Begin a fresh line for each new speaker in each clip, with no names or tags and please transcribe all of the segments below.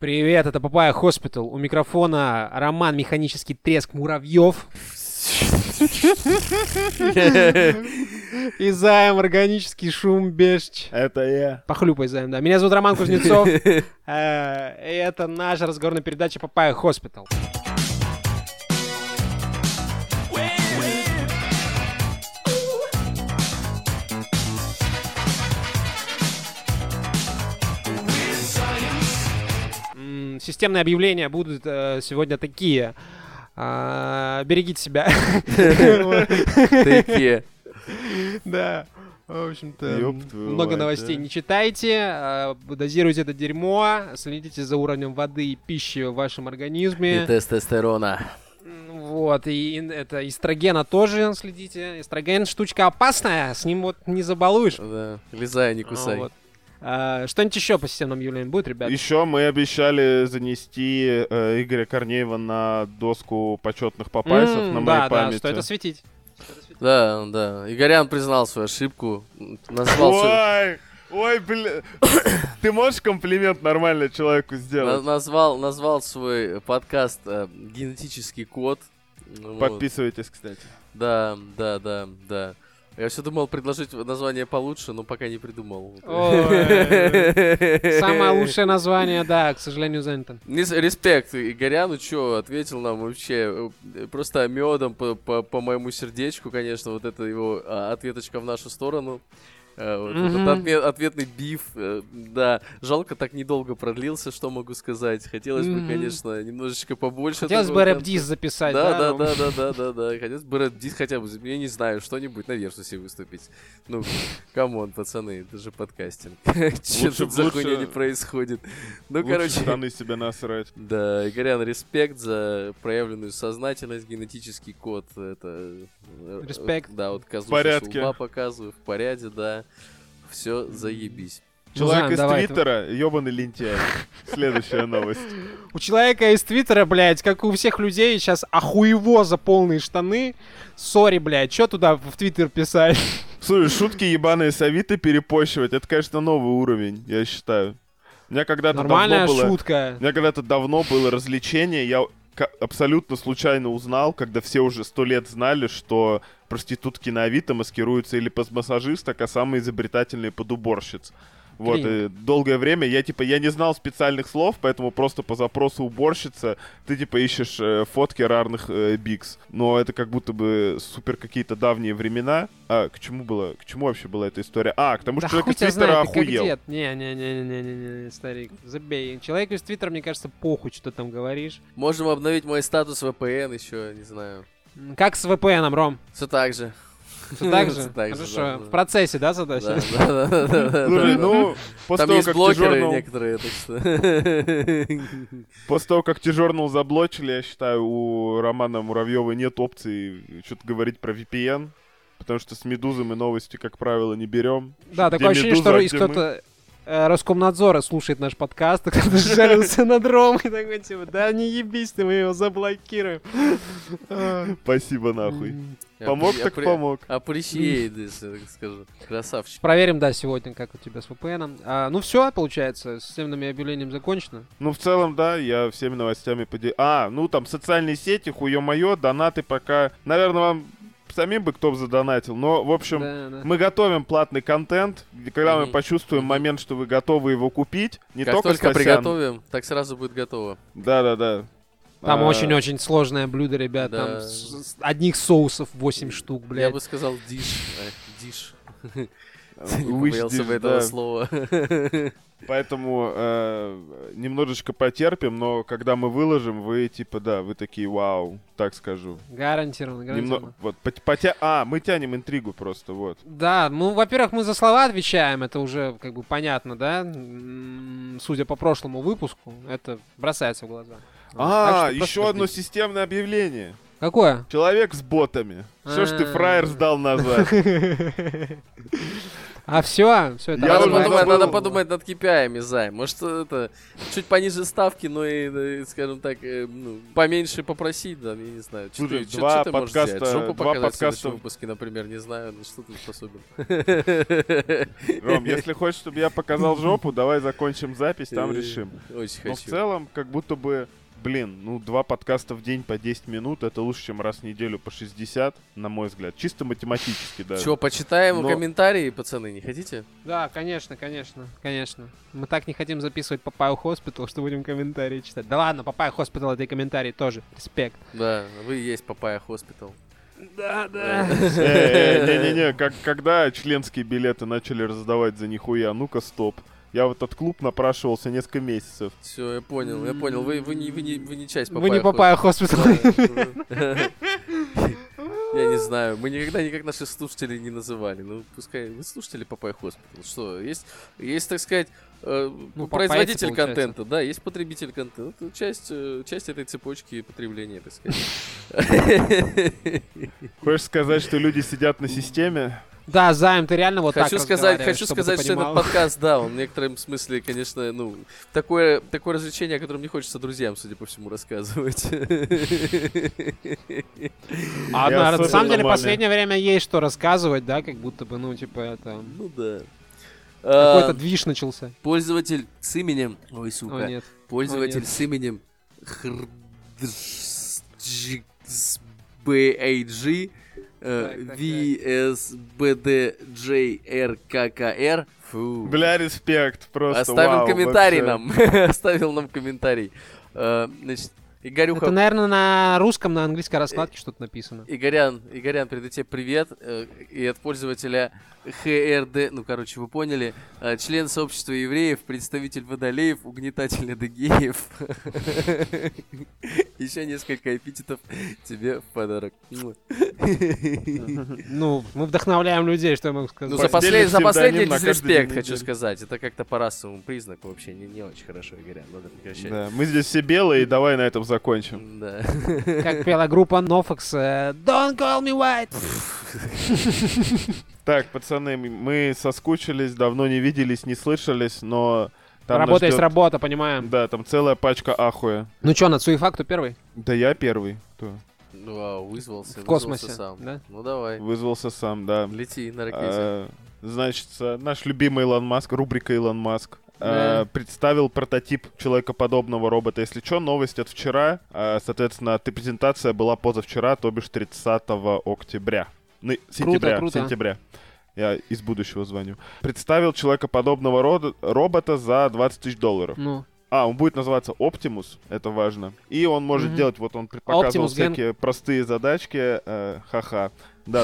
Привет, это Папая Хоспитал. У микрофона роман «Механический треск муравьев». И займ «Органический шум бешч».
Это я.
Похлюпай, займ, да. Меня зовут Роман Кузнецов. Э, И это наша разговорная передача «Папая Хоспитал». М, Системные объявления будут э, сегодня такие. А, Берегите себя.
Такие.
Да. В общем-то,
Ёб
м,
твою
много
мать,
новостей
да.
не читайте, а, дозируйте это дерьмо, следите за уровнем воды и пищи в вашем организме.
И тестостерона.
М, Вот, и ин- это эстрогена тоже следите. Эстроген штучка опасная, с ним вот не забалуешь.
Да. Лизай, не
А,
кусай.
вот. А, Что-нибудь еще по системным явлениям будет, ребят?
Еще мы обещали занести э, Игоря Корнеева на доску почетных папайсов
М,
на моей
да, да,
памяти.
что это светить.
Да, да. Игорян признал свою ошибку. Назвал свою...
Ой, ой, бля. Ты можешь комплимент нормально человеку
на-
сделать?
Назвал, назвал свой подкаст э, «Генетический код». Ну, вот.
Подписывайтесь, кстати.
Да, да, да, да. Я все думал предложить название получше, но пока не придумал.
Ой. Самое лучшее название, да, к сожалению, занято.
Низ- Респект Игоряну, чё, ответил нам вообще э, просто медом по, по- по моему сердечку, конечно, вот это его а, ответочка в нашу сторону. Э, вот этот
Мгм.
отме- ответный биф, э, да, жалко, так недолго продлился, что могу сказать. Хотелось бы,
Мгм.
конечно, немножечко побольше.
Хотелось
такого
бы рэп
контента.
записать,
Да, да,
ну.
да, да, да, да, да. Хотелось бы Red Dis хотя бы, я не знаю, что-нибудь на версусе выступить. Ну, камон, пацаны, это же подкастинг. Че
Лучше-
тут за хуйня
лучше-
не происходит? Ну,
Лучше
короче,
штаны себе насрать.
да, Игорян, респект за проявленную сознательность, генетический код. Это... э,
Респект.
э, Да, вот козу
В порядке.
со лба показываю, в порядке, да. Все, заебись.
Человек
Займ,
из
давай,
Твиттера, ебаный лентяй. Следующая новость.
У человека из Твиттера, блядь, как у всех людей, сейчас охуево за полные штаны. Сори, блядь, что туда в Твиттер писать?
Слушай, шутки ебаные с Авито перепощивать, это, конечно, новый уровень, я считаю. У меня когда-то давно
Нормальная
было...
шутка.
У меня когда-то давно было развлечение, я к- абсолютно случайно узнал, когда все уже сто лет знали, что проститутки на Авито маскируются или под массажисток, а самые изобретательные под уборщиц. Вот,
Блин.
и долгое время я, типа, я не знал специальных слов, поэтому просто по запросу уборщица ты, типа, ищешь э, фотки рарных э, бикс. Но это как будто бы супер какие-то давние времена. А, к чему было, к чему вообще была эта история? А, к тому, что
Да
человек
хуй
из
тебя
Твиттера
знает, ты как
охуел.
дед. Не-не-не-не-не-не, старик, забей. Человеку из Твиттера, мне кажется, похуй, что ты там говоришь.
Можем обновить мой статус VPN еще, не знаю.
М, Как с VPN, -ом, Ром?
Все так же.
Все так
Всё
же?
так же, да,
Хорошо, в
да.
процессе, да, задача?
Да, да, да, да, да,
Слушай,
да.
ну, после
Там
того,
есть
как
блокеры
дежурнал-
некоторые, так что...
После того, как T-Journal заблочили, я считаю, у Романа Муравьева нет опции что-то говорить про VPN, потому что с Медузой мы новости, как правило, не берем.
Да,
Где
такое ощущение, что
«Медуза»,
из
а где
кто-то э, Роскомнадзора слушает наш подкаст, и кто-то жарился над Ромой, такой, типа, да не ебись ты, мы его заблокируем.
мы. Спасибо нахуй.
М,
Помог так помог.
Appreciate this, я так скажу. Красавчик.
Проверим, да, сегодня, как у тебя с VPN. А, ну все, получается, с системными объявлениями закончено.
Ну, в целом, да, я всеми новостями поделился. А, ну там социальные сети, хуе мое, донаты пока. Наверное, вам самим бы кто бы задонатил, но, в общем,
Да, да.
Мы готовим платный контент, и когда мы
Мгм.
почувствуем
Мгм.
момент, что вы готовы его купить, не
Как
только
только
Стасян.
приготовим, так сразу будет готово.
Да-да-да.
Там
А,
очень-очень сложное блюдо, ребят.
Да.
Там с- с одних соусов 8 штук,
Я
блядь.
бы сказал диш. э, Диш. Не
wish
побоялся
this,
бы этого
да.
слова.
Поэтому э, немножечко потерпим, но когда мы выложим, вы типа, да, вы такие, вау, так скажу.
Гарантированно, гарантированно.
Немно- вот, пот- потя... А, мы тянем интригу просто, вот.
Да, ну, во-первых, мы за слова отвечаем, это уже как бы понятно, да? М, Судя по прошлому выпуску, это бросается в глаза.
А,
Так что
еще
просто
одно
ждите.
системное объявление.
Какое?
Человек с ботами. Что ж ты
А.
фраер сдал назад?
А все, все это
Я
надо,
уже
разговариваем.
подумать,
забыл.
надо подумать над KPI, Зай. Может, это чуть пониже ставки, но и, э, скажем так, э, ну, поменьше попросить, да, я не знаю. Чё
Слушай,
ты- чё-
два
чё ты можешь
подкаста-
сделать? Жопу
два
показать в
подкаста-
следующем выпуске, например, не знаю, ну, что ты способен.
Ром, если хочешь, чтобы я показал жопу, давай закончим запись, там
Э,
решим.
Очень
Но в
хочу.
целом, как будто бы, блин, ну два подкаста в день по 10 минут, это лучше, чем раз в неделю по 60, на мой взгляд. Чисто математически даже.
Че, почитаем
Но-
комментарии, пацаны, не хотите?
Да, конечно, конечно, конечно. Мы так не хотим записывать Папаю Хоспитал, что будем комментарии читать. Да ладно, Папаю Хоспитал это и комментарии тоже. Респект.
Да, вы и есть Папая Хоспитал.
Да, да.
Э, э, Не-не-не, как- когда членские билеты начали раздавать за нихуя, ну-ка стоп. Я в этот клуб напрашивался несколько месяцев.
Все, я понял, я понял. Вы, вы, не, вы, не, вы не часть Папая
Вы не Папаю Хоспитал.
Я не знаю. Мы никогда никак наших слушателей не называли. Ну, пускай вы слушатели Папай Хоспитал. Что, есть, есть, так сказать, э,
Ну, попаете,
производитель
получается.
контента, да, есть потребитель контента. Это часть, э, часть этой цепочки потребления, так сказать.
Хочешь сказать, что люди сидят на системе?
Да, Займ, ты реально вот
хочу
так
сказать,
разговариваешь,
хочу
чтобы ты
сказать, что этот
понимал.
подкаст, да, он в некотором смысле, конечно, ну, такое, такое развлечение, о котором не хочется друзьям, судя по всему, рассказывать.
А
И
на на
особенно
самом деле,
маме.
последнее время есть что рассказывать, да, как будто бы, ну, типа, это...
Ну да.
Какой-то
А,
движ начался.
Пользователь с именем. Ой,
О,
сука.
нет.
Пользователь
О, нет.
с именем HRDXBAG э,
Так, так, так.
VSBDJRKKR. Фу.
Бля, респект, просто
Оставил
вау,
комментарий
вообще.
нам. Оставил нам комментарий. Э, Значит, Игорюха,
Это, наверное, на русском, на английской раскладке что-то написано.
Э, Игорян, Игорян, передайте привет. э, И от пользователя ХРД, ну, короче, вы поняли, э, член сообщества евреев, представитель водолеев, угнетатель адыгеев. Еще несколько эпитетов тебе в подарок. Ну,
Ну, мы вдохновляем людей, что я могу сказать.
Ну, за,
Постельный
послед- за последний
псевдоним на каждый день
дисреспект,
недели.
хочу сказать. Это как-то по расовому признаку вообще не, не очень хорошо, Игорян. Надо прекращать.
Да, мы здесь все белые, давай на этом закончим.
Да.
Как пела группа Nofox. э, Don't call me white.
Так, пацаны, м- мы соскучились, давно не виделись, не слышались, но там нас
Работа есть
ждёт-
работа, понимаем.
Да, там целая пачка ахуя.
Ну чё, Нацуефа, кто первый?
Да я первый. Кто?
Вау, вызвался. вызвался
космосе,
сам.
да?
Ну давай,
Вызвался сам, да.
лети на ракете.
А, Значит, э, наш любимый Илон Маск, рубрика Илон Маск,
Да.
э, представил прототип человекоподобного робота. Если что, новость от вчера. Э, Соответственно, ты презентация была позавчера, то бишь 30 октября. Ну, сентября,
круто.
сентября. Я из будущего звоню. Представил человекоподобного рода- робота за 20 тысяч долларов.
Ну,
А, он будет называться Optimus, это важно. И он может
Мгм.
делать, вот он показывал
Optimus Gen-
всякие простые задачки, э, ха-ха. Да,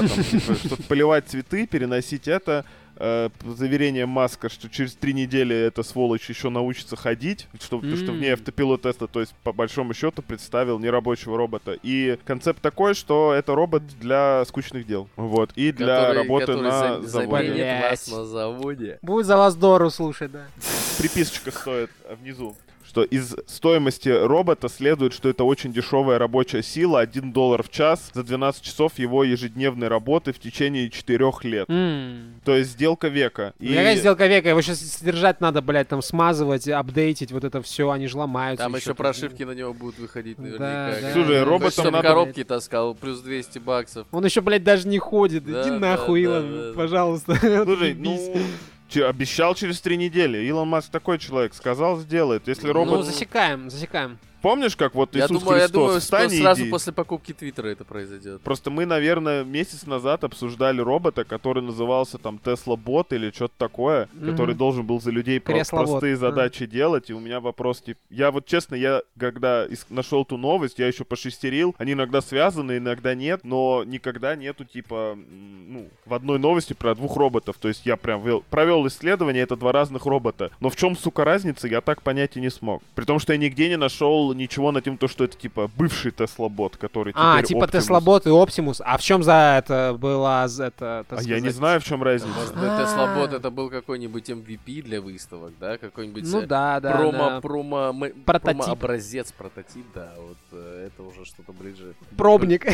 там, типа, что-то поливать цветы, переносить это. э, п- заверение Маска, что через три недели эта сволочь еще научится ходить, что, потому что в ней
М.
автопилот теста, то есть по большому счету представил нерабочего робота. И концепт такой, что это робот для скучных дел. Вот. И для
Который-
работы
который
на
зам-
заводе.
заменит нас
Блять.
на заводе.
будет за вас Дору слушать, да.
приписочка стоит э, внизу. Что из стоимости робота следует, что это очень дешевая рабочая сила, 1 доллар в час за 12 часов его ежедневной работы в течение 4 лет.
М.
То есть сделка века.
Ну,
И
Ну, Какая сделка века? Его сейчас содержать надо, блядь, там смазывать, апдейтить, вот это все, они же ломаются.
Там еще
ещё.
прошивки на него будут выходить
Да,
наверняка.
да.
Слушай,
да.
роботам
чтобы
надо-
коробки таскал, плюс 200 баксов.
Он еще, блядь, даже не ходит.
Да,
Иди
да,
нахуй,
да,
Илон,
да, да.
пожалуйста.
Слушай,
Отъебись.
ну, че, обещал через 3 недели. Илон Маск такой человек. Сказал, сделает. Если
Ну,
робот...
засекаем, засекаем.
Помнишь, как вот
я
Иисус
думаю, я
Христос?
думаю, что
Встань и
сразу
иди».
после покупки Твиттера это произойдет.
Просто мы, наверное, месяц назад обсуждали робота, который назывался там Тесла Бот или что-то такое,
Мгм.
который должен был за людей про-
Креслобот,
простые
да.
задачи делать. И у меня вопрос, типа, я вот честно, я когда нашел ту новость, я еще пошестерил. Они иногда связаны, иногда нет, но никогда нету типа, м, ну, в одной новости про двух роботов. То есть я прям вел- провел исследование, это два разных робота. Но в чем, сука, разница, я так понять и не смог. При том, что я нигде не нашел было ничего на тем, то, что это типа бывший Теслобот,
Ну,
который
А,
теперь
типа
Optimus.
Теслобот и Оптимус. А в чем за это была за это?
А
так
я не
сказать?
знаю, в чем разница.
Может быть, Теслобот
А.
это был какой-нибудь MVP для выставок, да? Какой-нибудь
Ну
э,
да, да.
промо,
да.
промо, м-
Прототип.
промо-образец, прототип, да. Вот э, это уже что-то ближе.
Пробник.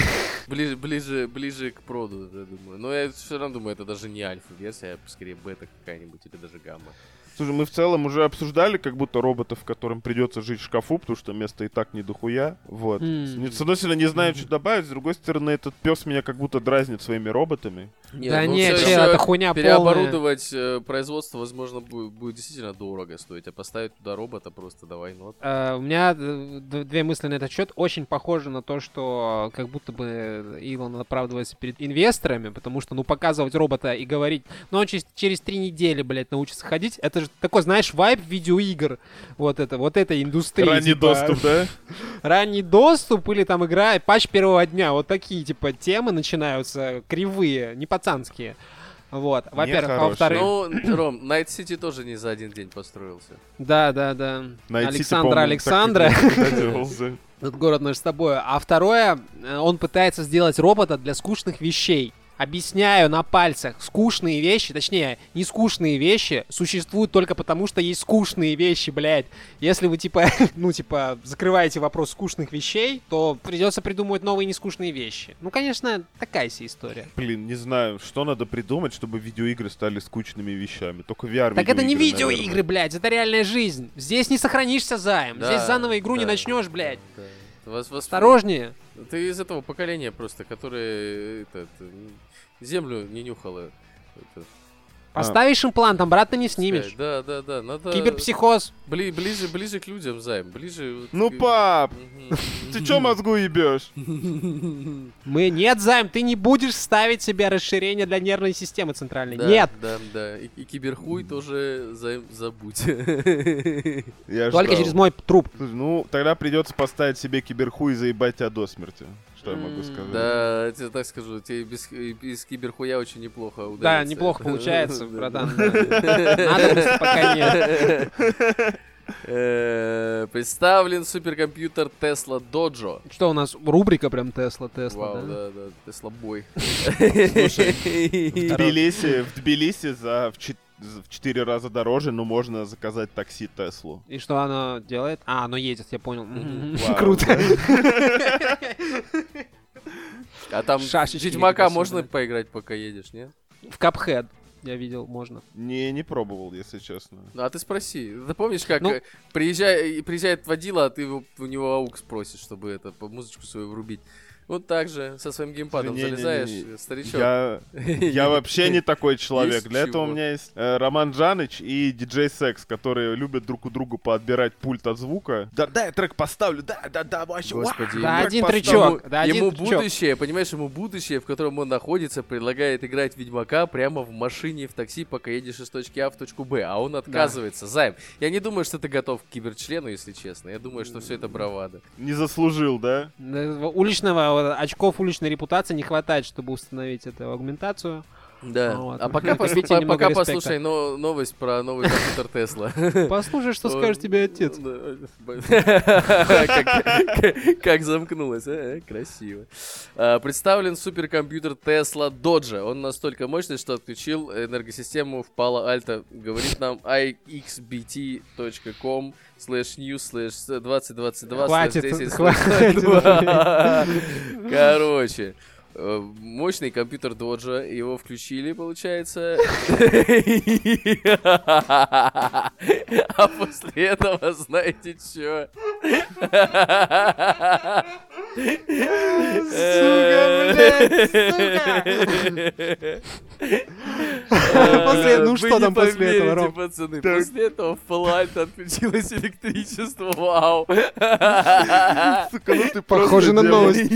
Ближе, ближе, ближе к проду, я думаю. Но я все равно думаю, это даже не альфа-версия, а скорее бета какая-нибудь или даже гамма.
Слушай, мы в целом уже обсуждали, как будто роботов, которым придется жить в шкафу, потому что места и так не дохуя. Вот.
М.
С одной стороны, не знаю, что добавить, с другой стороны, этот пес меня как будто дразнит своими роботами.
Нет,
Да
ну
не,
всё
чел,
ещё
это хуйня полная.
Переоборудовать э, производство, возможно, будет, будет действительно дорого стоить, а поставить туда робота просто давай, ну вот.
Э, У меня э, д- две мысли на этот счет. Очень похоже на то, что э, как будто бы э, Илон оправдывается перед инвесторами, потому что, ну, показывать робота и говорить, ну, он через, через три недели, блядь, научится ходить, это же такой, знаешь, вайб видеоигр. Вот это, вот этой индустрии.
Ранний
типа,
доступ, да?
Ранний доступ или там игра патч первого дня. Вот такие, типа, темы начинаются кривые, не пацанские. Вот, во-первых. А
хорошие.
во-вторых,
Ну, Ром, Найт Сити тоже не за один день построился.
да, да, да.
Найти, типа,
Александра, Александра.
по-моему, так и доделал, да.
Этот город наш с тобой. А второе, э, он пытается сделать робота для скучных вещей. Объясняю на пальцах. Скучные вещи, точнее, не скучные вещи существуют только потому, что есть скучные вещи, блядь. Если вы, типа, ну, типа, закрываете вопрос скучных вещей, то придется придумывать новые нескучные вещи. Ну, конечно, такая себе история.
Блин, не знаю, что надо придумать, чтобы видеоигры стали скучными вещами. Только VR
Так это не
видеоигры, наверное.
видеоигры, блядь, это реальная жизнь. Здесь не сохранишься заем,
Да,
здесь заново игру не
да,
начнешь, блядь.
да. Вас- вас-
Осторожнее.
Ты из этого поколения просто, которое э, этот, м, землю не нюхало. Это,
Поставишь имплант, обратно не
сказать.
снимешь.
Да, да, А. да. Надо
Киберпсихоз.
бли- ближе, ближе к людям, займ. Ближе. вот
Ну,
к-
пап,
Мгм.
ты чё мозгу ебешь?
Мы нет, Займ, ты не будешь ставить себе расширение для нервной системы центральной.
Да,
нет.
Да, да. И, и киберхуй тоже займ забудь.
Я
Только
ждал.
через мой труп.
Слушай, ну, тогда придется поставить себе киберху и заебать тебя до смерти. Что я могу
М,
сказать?
Да, я тебе так скажу, тебе без, и без киберхуя очень неплохо
Да,
удается.
неплохо получается, братан. Надо просто пока нет.
Э, Представлен суперкомпьютер Tesla Dojo.
Что у нас? Рубрика прям Тесла, Тесла,
Вау,
да?
да, да, Тесла бой.
В Тбилиси, в Тбилиси за в чет- за- в четыре раза дороже, но можно заказать такси Теслу.
И что она делает? А, оно едет, я понял. Мгм.
Вау.
Круто.
А там
Шашечки
Ведьмака
какие-то
можно
собирать.
поиграть, пока едешь, нет?
В Капхед я видел, можно.
Не, не пробовал, если честно.
Ну, А ты спроси. Ты помнишь, как
Ну.
э, приезжай- и приезжает водила, а ты его- у него аук спросишь, чтобы это по музычку свою врубить. Вот так же, со своим геймпадом
Не-не-не-не.
залезаешь, э, старичок.
Я, я вообще не такой человек.
Есть
Для этого у
чего.
меня есть э, Роман Джаныч и диджей Секс, которые любят друг у друга поотбирать пульт от звука. Да, да, я трек поставлю, да, да, да, вообще.
Господи,
уа,
Да,
трек
один
поставлю.
трючок.
Ему-
Да,
ему
один трючок.
будущее, понимаешь, ему будущее, в котором он находится, предлагает играть в Ведьмака прямо в машине, в такси, пока едешь из точки А в точку Б, а он отказывается. Займ, я не думаю, что ты готов к киберчлену, если честно. Я думаю, что все это бравада.
Не заслужил, да?
Да, Уличного, э, очков уличной репутации не хватает, чтобы установить эту агментацию.
Да.
Вот.
А пока, пос-
Накопите
по-
немного
пока
респекта.
послушай но- новость про новый компьютер Тесла.
Послушай, что скажет тебе отец.
Как- Как замкнулось, а? красиво. А, Представлен суперкомпьютер Tesla Dojo. Он настолько мощный, что отключил энергосистему в Palo Alto. Говорит нам ixbt.com slash news slash 2022
Хватит,
10
хватит.
102. Короче. э, Мощный компьютер Доджа, его включили, получается. А после этого, знаете чё?
После- ну
Вы
что
Э, не
там после этого,
поверите,
Ром?
пацаны,
Так.
после этого в Fallout отключилось электричество, вау.
Сука, ну ты
Похоже
просто
на
дьявол.
новость.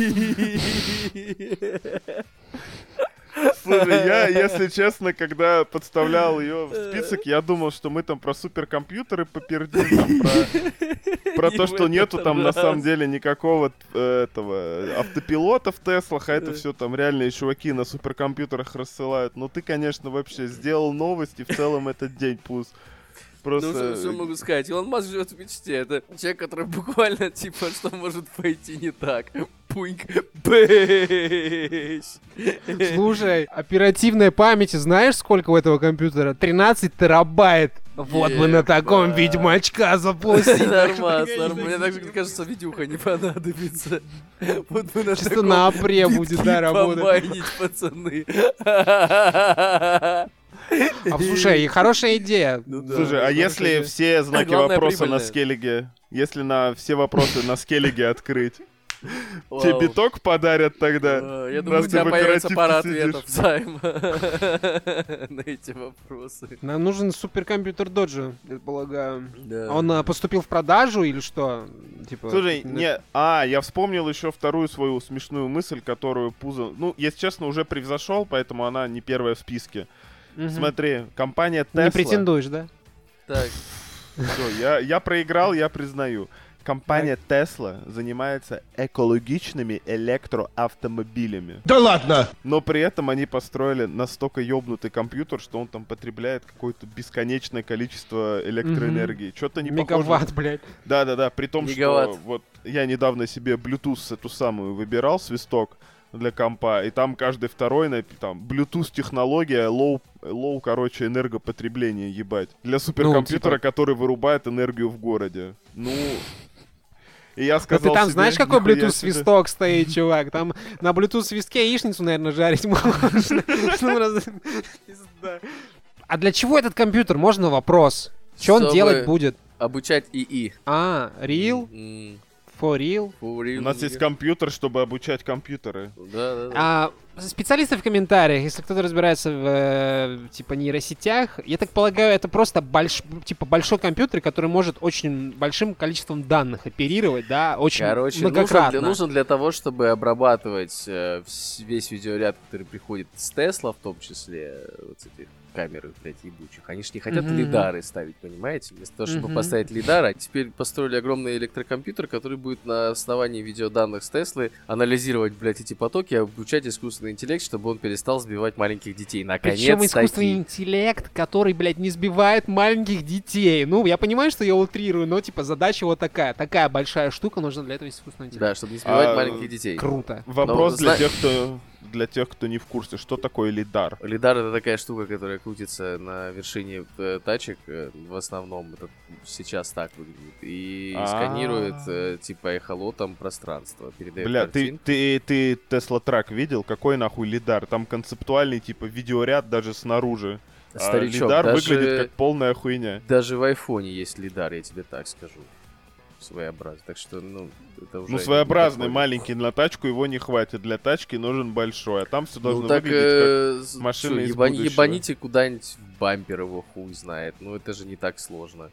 Ну,
Слушай, я, если честно, когда подставлял ее в
Э.
список, я думал, что мы там про суперкомпьютеры попердим, там про, про
Не
то,
в
что нету
этот
там на
раз.
самом деле никакого э, этого автопилота в Теслах, а
Э.
это все там реальные чуваки на Ну, суперкомпьютерах рассылают. Но ты, конечно, вообще сделал новости, в целом этот день плюс. Просто... э,
Ну, что, что могу сказать? Илон Маск живет в мечте. Это человек, который буквально, типа, что может пойти не так. Пуньк. Бэйс.
Слушай, оперативной памяти знаешь, сколько у этого компьютера? 13 терабайт. Вот бы на таком
Ебать.
ведьмачка запустить.
Нормас, нормас. Мне даже кажется, видюха не понадобится. Вот мы на
Чисто
таком типа
на апре будет,
битке
да, работать.
помайнить, пацаны.
А, слушай, и хорошая идея.
Ну да.
Слушай, а
хорошая
если
идея.
все знаки
Главное,
вопроса на
прибыльная.
скеллиге, если на все вопросы на скеллиге открыть,
Вау.
тебе биток подарят тогда?
А, Я думаю, у
ты
тебя
в
появится
оперативке
пара
сидишь.
ответов, Займ, на эти вопросы.
Нам нужен суперкомпьютер Доджа, я полагаю.
Да.
Он а, поступил в продажу или что? Типа,
Слушай,
на-
не, а, я вспомнил еще вторую свою смешную мысль, которую Пузо, ну, если честно, уже превзошел, поэтому она не первая в списке.
Мгм.
Смотри, компания Tesla...
Не претендуешь, да?
Так,
Всё, я, я проиграл, я признаю. Компания Tesla занимается экологичными электроавтомобилями.
Да ладно!
Но при этом они построили настолько ёбнутый компьютер, что он там потребляет какое-то бесконечное количество электроэнергии. Что-то не похоже.
Мегаватт, блядь.
Да-да-да, при том,
Мегаватт.
что вот я недавно себе Bluetooth эту самую выбирал, свисток для компа, и там каждый второй, напи- там, Bluetooth-технология, low, low, короче, энергопотребление, ебать.
Ну,
Для суперкомпьютера,
типа.
который вырубает энергию в городе. Ну... И я
Да
сказал
Ну, ты там
себе,
знаешь, какой
«Нихуя
Bluetooth
себе».
свисток стоит, чувак? Там на Bluetooth свистке яичницу, наверное, жарить можно. Ну, раз- Пизда. А для чего этот компьютер? Можно вопрос. Что он
Чтобы-
делать будет?
обучать ИИ.
А, real?
М,
For real?
for
У
real.
нас есть компьютер, чтобы обучать компьютеры.
Да, да, да.
А, специалисты в комментариях, если кто-то разбирается в э, типа нейросетях, я так полагаю, это просто больш, типа большой компьютер, который может очень большим количеством данных оперировать, да, очень
Короче, нужен
многократно.
для, нужен для того, чтобы обрабатывать э, вс- весь видеоряд, который приходит с Тесла, в том числе э, вот с этих камер, блядь, ебучих. Они же не хотят
Мгм.
лидары ставить, понимаете? Вместо того, чтобы
Мгм.
поставить лидары, теперь построили огромный электрокомпьютер, который будет на основании видеоданных с Теслы анализировать, блядь, эти потоки, и обучать искусственный интеллект, чтобы он перестал сбивать маленьких детей.
Причем искусственный
Наконец-таки.
интеллект, который, блядь, не сбивает маленьких детей. Ну, я понимаю, что я утрирую, но, типа, задача вот такая. Такая большая штука нужна для этого искусственного интеллекта.
Да, чтобы не сбивать
А,
маленьких детей.
Круто.
Вопрос
Ну, зна-
для тех, кто для тех, кто не в курсе, что такое лидар.
Лидар это такая штука, которая крутится на вершине э, тачек, э, в основном это сейчас так выглядит, и
А.
сканирует э, типа эхолотом пространство, передает
Бля, ты,
картинку.
ты, ты Tesla Track видел? Какой нахуй лидар? Там концептуальный, типа, видеоряд даже снаружи. А
Старичок,
лидар выглядит
даже,
как полная хуйня.
даже в айфоне есть лидар, я тебе так скажу. Своеобразный. Так что, ну, это уже...
Ну, своеобразный,
никакой-
маленький на тачку его не хватит. Для тачки нужен большой. А там все должно
Ну так,
выглядеть
э, с-
машина
чё,
из
ебани-
будущего.
ебаните куда-нибудь в бампер его, хуй знает. Ну это же не так сложно.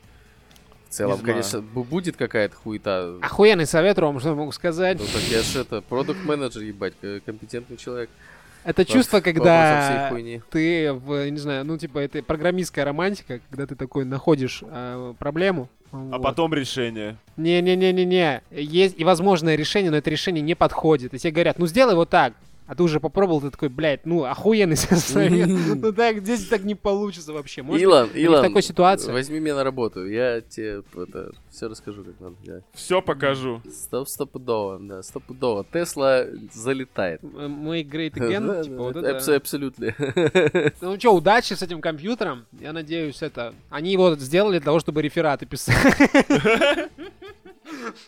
В целом,
знаю.
конечно, бу- будет какая-то хуета.
Охуенный совет, Ром, что я могу сказать.
Ну так я ж это, продукт-менеджер, ебать, э, компетентный человек.
Это чувство,
По вопросам всей
когда
хуйни.
ты, в, не знаю, ну, типа, это программистская романтика, когда ты такой находишь а, проблему.
как... А потом решение.
Не-не-не-не-не. Есть и возможное решение, но это решение не подходит. И тебе говорят, ну сделай вот так. А ты уже попробовал, ты такой, блядь, ну охуенный совет. Ну так, здесь так не получится вообще. Может,
Илон,
они
Илон,
в такой ситуации.
возьми меня на работу, я тебе это, все расскажу, как надо делать.
Все покажу.
Стоп, стопудово, да, стопудово. Тесла залетает.
М- Мы э, great again, типа вот это.
Абсолютно.
Ну что, удачи с этим компьютером. Я надеюсь, это... Они его сделали для того, чтобы рефераты писать.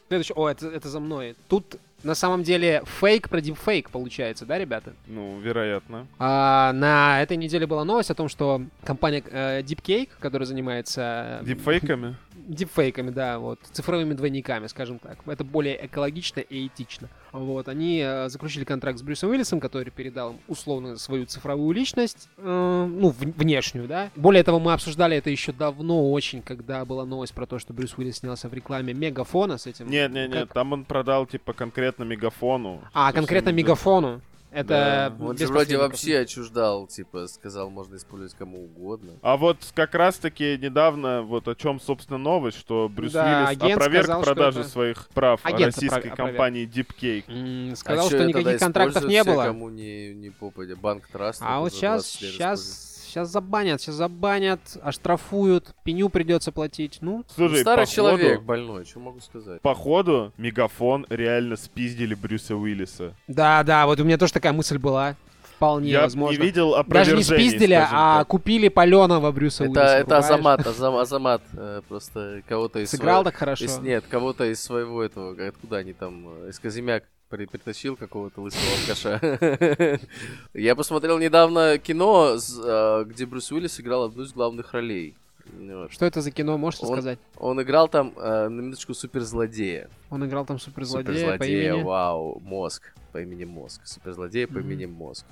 Следующее. О, это, это за мной. Тут на самом деле фейк про дипфейк получается, да, ребята?
Ну, вероятно.
А, на этой неделе была новость о том, что компания э, Deepcake, которая занимается э,
Дипфейками?
дипфейками, да, вот, цифровыми двойниками, скажем так. Это более экологично и этично. Вот, они э, заключили контракт с Брюсом Уиллисом, который передал им условно свою цифровую личность, э, ну, в- внешнюю, да. Более того, мы обсуждали это еще давно очень, когда была новость про то, что Брюс Уиллис снялся в рекламе Мегафона с этим.
Нет,
ну,
нет, нет.
Как-
Там он продал, типа, конкретно мегафону.
А,
Совсем
конкретно
не-
Мегафону. Это
ну, Да.
Он
без
же вроде
посредников.
вообще очуждал, типа, сказал, можно использовать кому угодно.
А вот как раз-таки недавно, вот о чем, собственно, новость, что Брюс
Да,
Уиллис
агент
опроверг
сказал, что
продажу
это-
своих прав
Агент
российской
опро- опроверг.
компании DeepCake.
М,
А
Сказал,
чё
что
я тогда
никаких контрактов
использую
не
все,
было.
Кому не, не попадя. Банк Траст.
А
это
вот
за
сейчас,
20 лет использует.
сейчас, сейчас забанят, сейчас забанят, оштрафуют, пеню придется платить. Ну,
Слушай,
Старый
походу-
человек больной, что могу сказать?
Походу, мегафон реально спиздили Брюса Уиллиса.
да, да, вот у меня тоже такая мысль была. Вполне
Я
возможно.
не видел
Даже
опровержений,
не спиздили,
скажем
а
так.
купили паленого Брюса
Это,
Уиллиса,
это
понимаешь?
Азамат, Азам- Азамат э, просто кого-то из
Сыграл
своего-
так хорошо.
из- нет, кого-то из своего этого, откуда они там, э, из Казимяк при- притащил какого-то лысого алкаша. Я посмотрел недавно кино, с, э, где Брюс Уиллис играл одну из главных ролей. Вот.
Что это за кино, можете
Он-
сказать?
Он играл там, э, на минуточку, суперзлодея.
Он играл там суперзлодея по
суперзлодея,
имени...
вау, мозг по имени Мозг. Суперзлодея по
Мгм.
имени Мозг.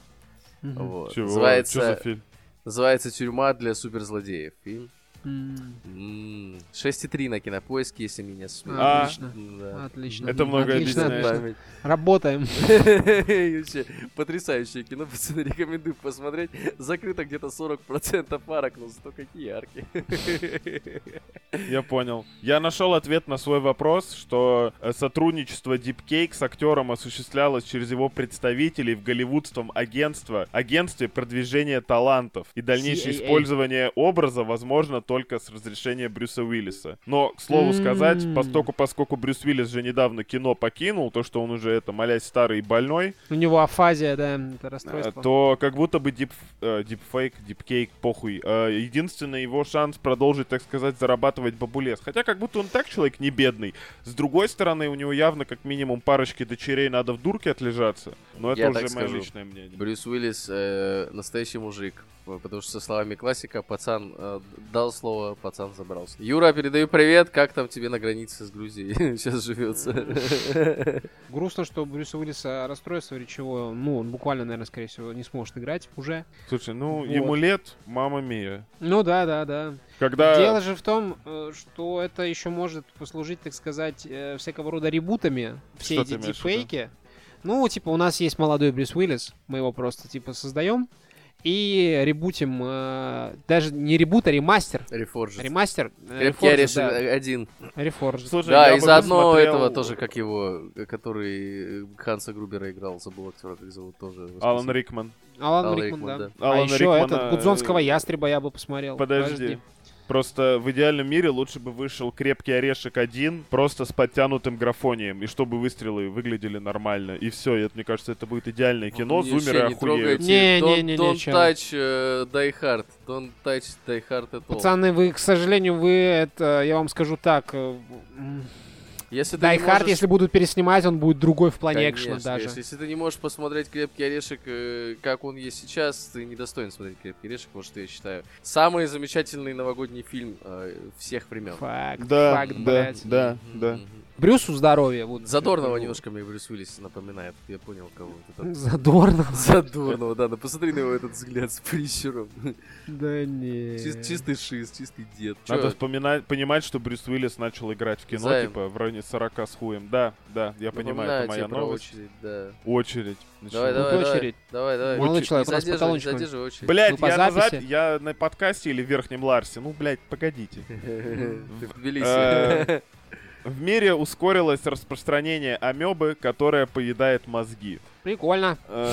Мгм.
Вот.
Чего?
Называется,
Чё за фильм?
называется «Тюрьма для суперзлодеев». Фильм.
М,
М, 6,3 на кинопоиске, если меня смеют.
А.
Отлично.
Да.
Отлично.
Это многое
Отлично,
объясняет.
отлично. Работаем.
И вообще, Потрясающее кино, пацаны, рекомендую посмотреть. Закрыто где-то 40% парок, но зато какие арки.
Я понял. Я нашел ответ на свой вопрос, что э, сотрудничество Deepcake с актером осуществлялось через его представителей в голливудском агентстве, агентстве продвижения талантов. И дальнейшее
CAA.
использование образа возможно только с разрешения Брюса Уиллиса. Но, к слову сказать,
М.
поскольку, поскольку Брюс Уиллис же недавно кино покинул, то, что он уже, это, молясь, старый и больной,
У него афазия, да, это
Э,
расстройство.
то как будто бы дип, э, дипфейк, дипкейк, похуй. Э, единственный его шанс продолжить, так сказать, зарабатывать бабулес. Хотя как будто он так человек не бедный. С другой стороны, у него явно как минимум парочки дочерей надо в дурке отлежаться. Но это
Я
уже
так
мое
скажу.
личное мнение.
Брюс Уиллис э, настоящий мужик. Потому что со словами классика пацан э, дал слово, пацан забрался. Юра, передаю привет. Как там тебе на границе с Грузией сейчас живется?
Грустно, что у Брюса Уиллиса расстройство речевое. Ну, он буквально, наверное, скорее всего, не сможет играть уже.
Слушай, ну
Вот.
ему лет, мама мия.
Ну да, да, да.
Когда...
Дело же в том, э, что это еще может послужить, так сказать, э, всякого рода ребутами все
Что
эти
ты имеешь в
дипфейки. Ну, типа, у нас есть молодой Брюс Уиллис, мы его просто, типа, создаем и ребутим, э, даже не ребут, а ремастер.
Реформер.
Ремастер. э,
Крепкий
Reforged,
орешек
да,
один.
Reforged.
Слушай,
Да,
я
и
бы
заодно
посмотрел- э,
этого тоже, как его, э, который э, Ханса Грубера играл, забыл актера, как зовут тоже. воскресенье.
Алан Рикман.
Алан,
Алан
Рикман,
Рикман,
да.
да. Алана
а еще
Рикмана, э,
этот, Гудзонского ястреба я бы посмотрел.
Подожди. Просто в идеальном мире лучше бы вышел крепкий орешек один, просто с подтянутым графонием, и чтобы выстрелы выглядели нормально. И все, это, мне кажется, это будет идеальное кино.
Вообще
Зумеры
Ну, не
охуеют.
Не, не,
Don't-
не, не,
Don't
чел.
touch э, Die Hard. Don't touch Die Hard at all.
Пацаны, вы, к сожалению, вы это, я вам скажу так, э, м,
если ты не
Die Hard,
можешь-
если будут переснимать, он будет другой в плане
Конечно,
экшена даже.
Если, если ты не можешь посмотреть «Крепкий орешек», э, как он есть сейчас, ты недостоин смотреть «Крепкий орешек», вот что я считаю. Самый замечательный новогодний фильм э, всех времен.
Факт,
Да,
факт,
да.
блядь.
Мгм,
да.
мгм.
Брюсу здоровья. Вот,
Задорного
Ну,
немножко мне Брюс Уиллис напоминает. Я понял, кого это там.
Задорного?
Задорного, да, ну посмотри на его этот взгляд с прищуром.
Да не.
Чис- чистый шиз, чистый дед. Чё,
Надо вспоминать, понимать, что Брюс Уиллис начал играть в кино,
Займ.
типа, в районе 40 с хуем. Да, да, я понимаю,
напоминаю
это
тебе
моя
про
новость.
очередь, да.
Очередь. ну,
Тут
Начинай.
Давай, давай, давай,
очередь.
давай, давай.
Молодой
Очередь.
человек, у
Не
нас
задерживай, не
потолочек.
задерживай очередь.
Блять,
Ну, по
я, на
записи.
зап- я на подкасте или в Верхнем Ларсе. Ну, блядь, погодите.
Ты в
Э,
Тбилиси.
В мире ускорилось распространение амебы, которая поедает мозги.
Прикольно.
Э,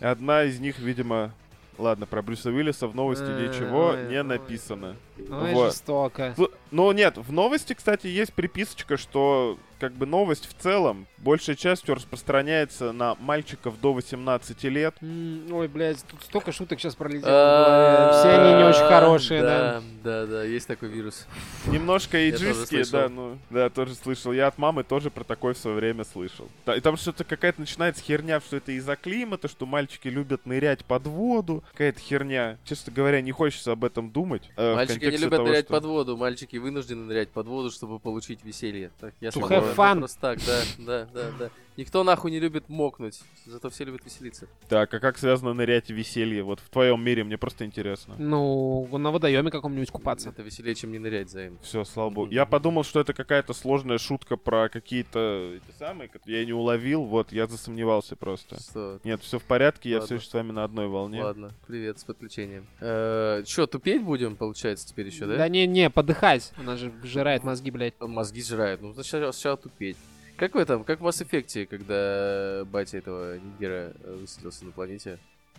Одна из них, видимо... Ладно, про Брюса Уиллиса в новости
Э,
ничего
ой,
не
ой.
написано.
Ну и
Вот.
жестоко.
Слу- Ну нет, в новости, кстати, есть приписочка, что как бы новость в целом большей частью распространяется на мальчиков до 18 лет.
М, Ой, блядь, тут столько шуток сейчас пролетело.
А,
в голове. Все они не очень хорошие, да.
Да, да, есть такой вирус.
Немножко
тоже
эйджистские, да,
слышал.
ну, да, тоже слышал. Я от мамы тоже про такое в свое время слышал. Да, и там что-то какая-то начинается херня, что это из-за климата, что мальчики любят нырять под воду. Какая-то херня. Честно говоря, не хочется об этом думать. э, в
Мальчики не
контексте
любят
того,
нырять
что-
под воду, мальчики вынуждены нырять под воду, чтобы получить веселье. Так, я
To
согласен.
have
fun.
Просто так, да, да, да, да. Никто нахуй не любит мокнуть, зато все любят веселиться.
Так, а как связано нырять и веселье? Вот в твоем мире мне просто интересно.
Ну, на водоеме каком-нибудь купаться.
Это веселее, чем не нырять, Займ.
Все, слава богу.
Мгм.
Я подумал, что это какая-то сложная шутка про какие-то эти самые, которые я не уловил, вот, я засомневался просто.
Что?
Нет, все в порядке, я
Ладно.
все еще с вами на одной волне.
Ладно, привет, с подключением. Э, Чё, тупеть будем, получается, теперь еще, да?
Да не-не, подыхать. Она же жирает мозги, блядь.
Мозги жрают. Ну, сначала, сначала тупеть. Как в этом, как в Mass Effect, когда батя этого Нигера э, высадился на планете.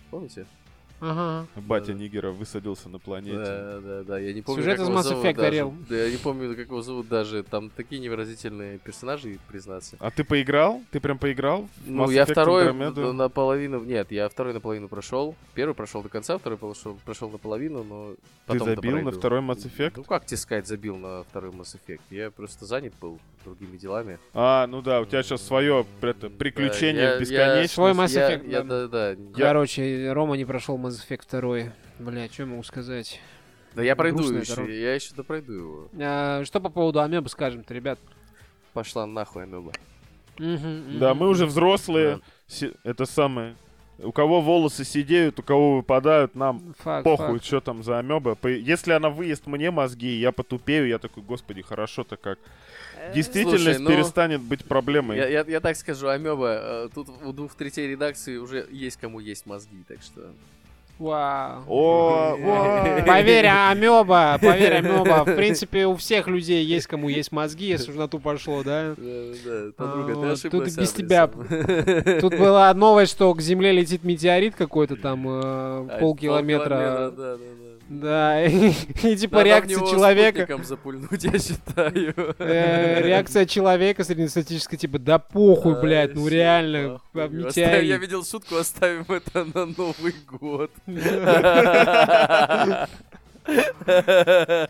Помните?
Ага.
Батя Нигера высадился на планете.
Да, да, да, я не помню,
Сюжет
как
из
его
Mass
зовут
Effect
даже.
горел.
Да, я не помню, как его зовут даже. Там такие невыразительные персонажи, признаться.
А ты поиграл? Ты прям поиграл? в
Ну,
Mass
я
Effect
второй ну,
Andromeda?
наполовину... Нет, я второй наполовину прошел. Первый прошел до конца, второй прошел, прошел наполовину, но
Ты
потом
забил на второй Mass
Ну,
Effect?
как тебе сказать, забил на второй Mass Effect? Я просто занят был другими делами.
А, ну да, у тебя сейчас свое это,
Да,
приключение
я-
в
я-
бесконечность.
Свой Mass
Я-
Effect,
я-
да.
да, да.
Я-
Короче, Рома не прошел Mass Effect 2. Бля, что я могу сказать?
Да я пройду
грустная
еще,
дорога.
я еще допройду его.
А, что по поводу амебы скажем-то, ребят?
Пошла нахуй, амеба.
Мгм,
Да,
мгм.
мы уже взрослые.
Да.
Се- Это самое. У кого волосы сидеют, у кого выпадают, нам
Фак,
похуй,
фак.
что там за амеба. По- Если она выест мне мозги, и я потупею, я такой, господи, хорошо-то как. Действительность
слушай, ну,
перестанет быть проблемой.
Я, я- я так скажу, амеба, э, тут у двух третей редакции уже есть кому есть мозги, так что...
Вау.
О, о.
Поверь, амеба, поверь, амеба. В принципе, у всех людей есть кому есть мозги, если уж на ту пошло, да?
Да, э, да,
А,
подруга, ты
вот
ошиблась
тут и без
адресом.
тебя Тут была новость, что к Земле летит метеорит какой-то там
А,
э,
полкилометра,
полкилометра.
Да, да, да.
Да, и и типа
Надо в
реакция
него
человека.
спутником запульнуть, я считаю.
Э, Реакция человека среднестатистическая, типа, да похуй,
Ай,
блядь, ну
всё,
реально,
похуй.
а,
Оставим- Я
метеорит.
видел шутку, оставим это на Новый год.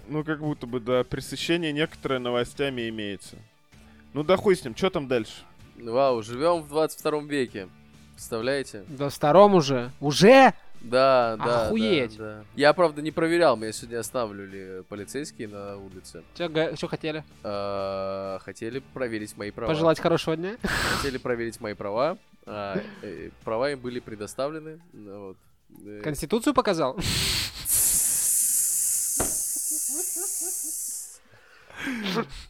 Ну, как будто бы, да, пресыщение некоторое новостями имеется. Ну да хуй с ним, что там дальше?
Вау, живем в 22 веке. Представляете?
Да втором уже. Уже?
Да, да.
Охуеть.
да, да. Я, правда, не проверял, меня сегодня останавливали полицейские на улице.
Что хотели?
А, Хотели проверить мои права.
Пожелать хорошего дня?
Хотели проверить мои права. а, э, Права им были предоставлены. ну вот. Э,
Конституцию показал?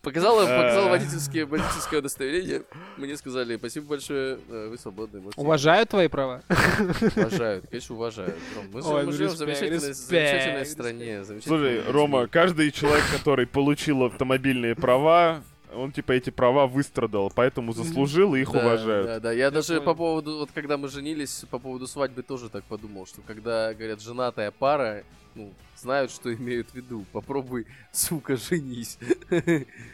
Показал, показал
Э.
водительские, водительское удостоверение. Мне сказали, спасибо большое, э, вы свободны. можете
Уважают твои права?
ехать». Уважают, конечно, уважают. Ром, мы, же-
Ой,
мы
ну,
живем в
респект,
замечательной,
респект,
замечательной
респект.
стране. замечательной
Слушай,
стране.
Рома, каждый человек, который получил автомобильные права, он типа эти права выстрадал, поэтому заслужил и их
Да,
уважают.
Да, да, я даже
понял.
по поводу, вот когда мы женились, по поводу свадьбы тоже так подумал, что когда, говорят, женатая пара, ну, знают, что имеют в виду. Попробуй, сука, женись.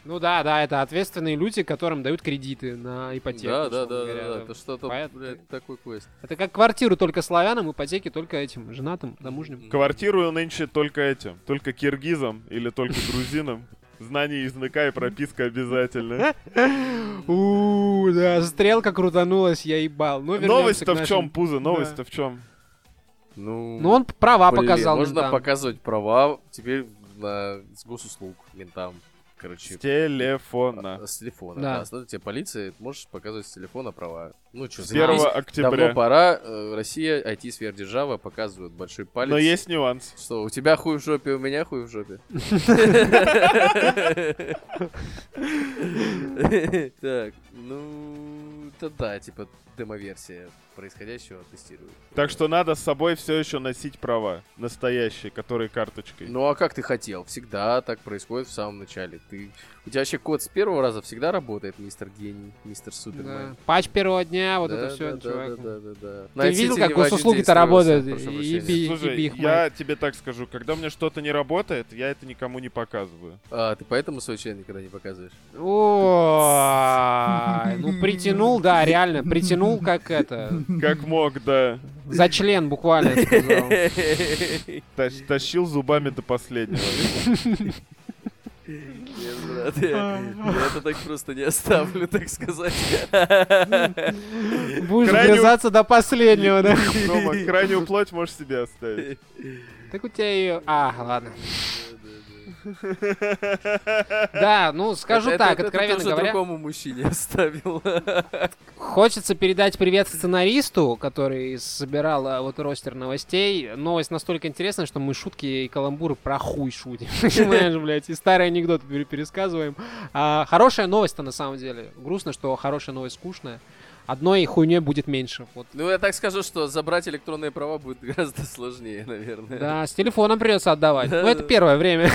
Ну да, да, это ответственные люди, которым дают кредиты на ипотеку.
Да, да,
условно
да,
говоря,
да,
да.
это что-то,
Понятно.
блядь, такой квест.
Это как квартиру только славянам, ипотеки только этим, женатым, замужним.
Квартирую нынче только этим, только киргизам или только грузинам. Знание языка и прописка обязательно.
А? У, да, стрелка крутанулась, я ебал. Ну, вернёмся
Новость-то
к
в
нашим-
чем, Пузо? Новость-то в чем?
Ну,
Ну, он права
блин,
показал.
Можно
ментам.
показывать права теперь на... с госуслуг ментам, короче.
С телефона.
А, С телефона,
Да.
да. Смотри, тебе полиция, ты можешь показывать с телефона права. Ну, что,
С 1
Давно
октября.
пора. Э, Россия, IT-сверхдержава, показывают большой палец.
Но есть нюанс.
Что, у тебя хуй в жопе, у меня хуй в жопе. Так, ну... Это да, типа демо-версия происходящего тестируют.
Так что надо с собой все еще носить права. Настоящие, которые карточкой.
Ну а как ты хотел? Всегда так происходит в самом начале. Ты... У тебя вообще код с первого раза всегда работает, мистер гений, мистер
Да.
супермен.
Патч первого дня, вот
Да,
это все,
да,
чувак.
Да, да, да, да.
Ты видел, как госуслуги-то работают? Еби. И-
Слушай,
и бих,
я тебе так скажу, когда мне что-то не работает, я это никому не показываю.
А, ты поэтому свой член никогда не показываешь?
Ой, ну притянул, да, реально, притянул как это,
Как мог, да.
за член буквально, я сказал.
Нет,
Тащ- тащил зубами до последнего.
брат,
А.
я, я это так просто не оставлю, так сказать.
Будешь
Крайне-
грызаться до последнего, да?
Рома, крайнюю плоть можешь себе оставить.
Так у тебя ее... А, ладно. Да, ну скажу
Это-
так,
это- это
откровенно
ты уже
говоря,
другому мужчине оставил.
хочется передать привет сценаристу, который собирал а, вот ростер новостей. Новость настолько интересная, что мы шутки и каламбуры про хуй шутим. Понимаешь, блядь, и старые анекдоты пере- пересказываем. А, Хорошая новость-то на самом деле. Грустно, что хорошая новость скучная. Одной хуйней будет меньше. Вот.
Ну, я так скажу, что забрать электронные права будет гораздо сложнее, наверное.
Да, с телефоном придется отдавать. Ну, это первое время.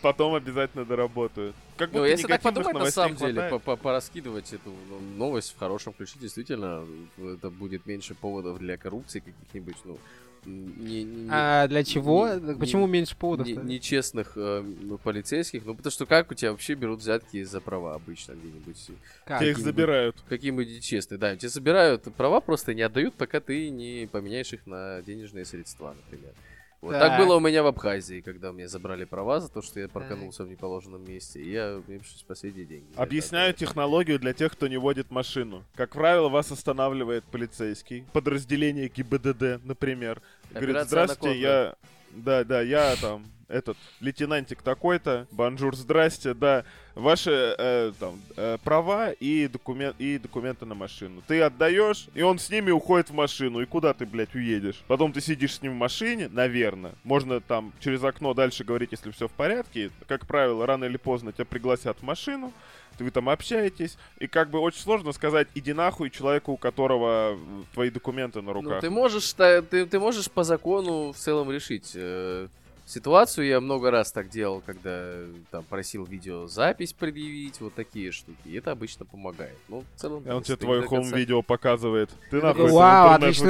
Потом обязательно доработаю. Как
Ну,
будто
если так
негативных
подумать, на
новостей
самом деле,
хватает.
по- по- пораскидывать эту ну, новость в хорошем ключе, действительно, это будет меньше поводов для коррупции каких-нибудь, ну, м, не- не- не-
А для чего?
Не-
Почему меньше поводов?
не- нечестных э, ну, полицейских. Ну, потому что как у тебя вообще берут взятки за права обычно где-нибудь?
Тебя их
какие-нибудь.
забирают.
Какие-нибудь нечестные, да. Тебе собирают права просто и не отдают, пока ты не поменяешь их на денежные средства, например. Вот так.
Так.
было у меня в Абхазии, когда мне забрали права за то, что я парканулся в неположенном месте. И я мне пришлось последние деньги. за это
Объясняю
отдать.
технологию для тех, кто не водит машину. Как правило, вас останавливает полицейский, подразделение ГИБДД, например. И Говорит,
Операция
здравствуйте,
«Анаконда».
я... Да, да, я там, этот, лейтенантик такой-то, бонжур, здрасте, да, ваши э, там, э, права и, документ, и документы на машину. Ты отдаешь, и он с ними уходит в машину, и куда ты, блядь, уедешь? Потом ты сидишь с ним в машине, наверное, можно там через окно дальше говорить, если все в порядке, как правило, рано или поздно тебя пригласят в машину, вы там общаетесь, и как бы очень сложно сказать, иди нахуй человеку, у которого м, твои документы на руках.
Ну, ты можешь, та- ты, ты можешь по закону в целом решить э, ситуацию. Я много раз так делал, когда э, там просил видеозапись предъявить, вот такие штуки. И это обычно помогает. Ну, в целом.
И он тебе
если ты
твое
до конца-
хоум-видео показывает. Ты нахуй это в
Вау,
интернет
отличный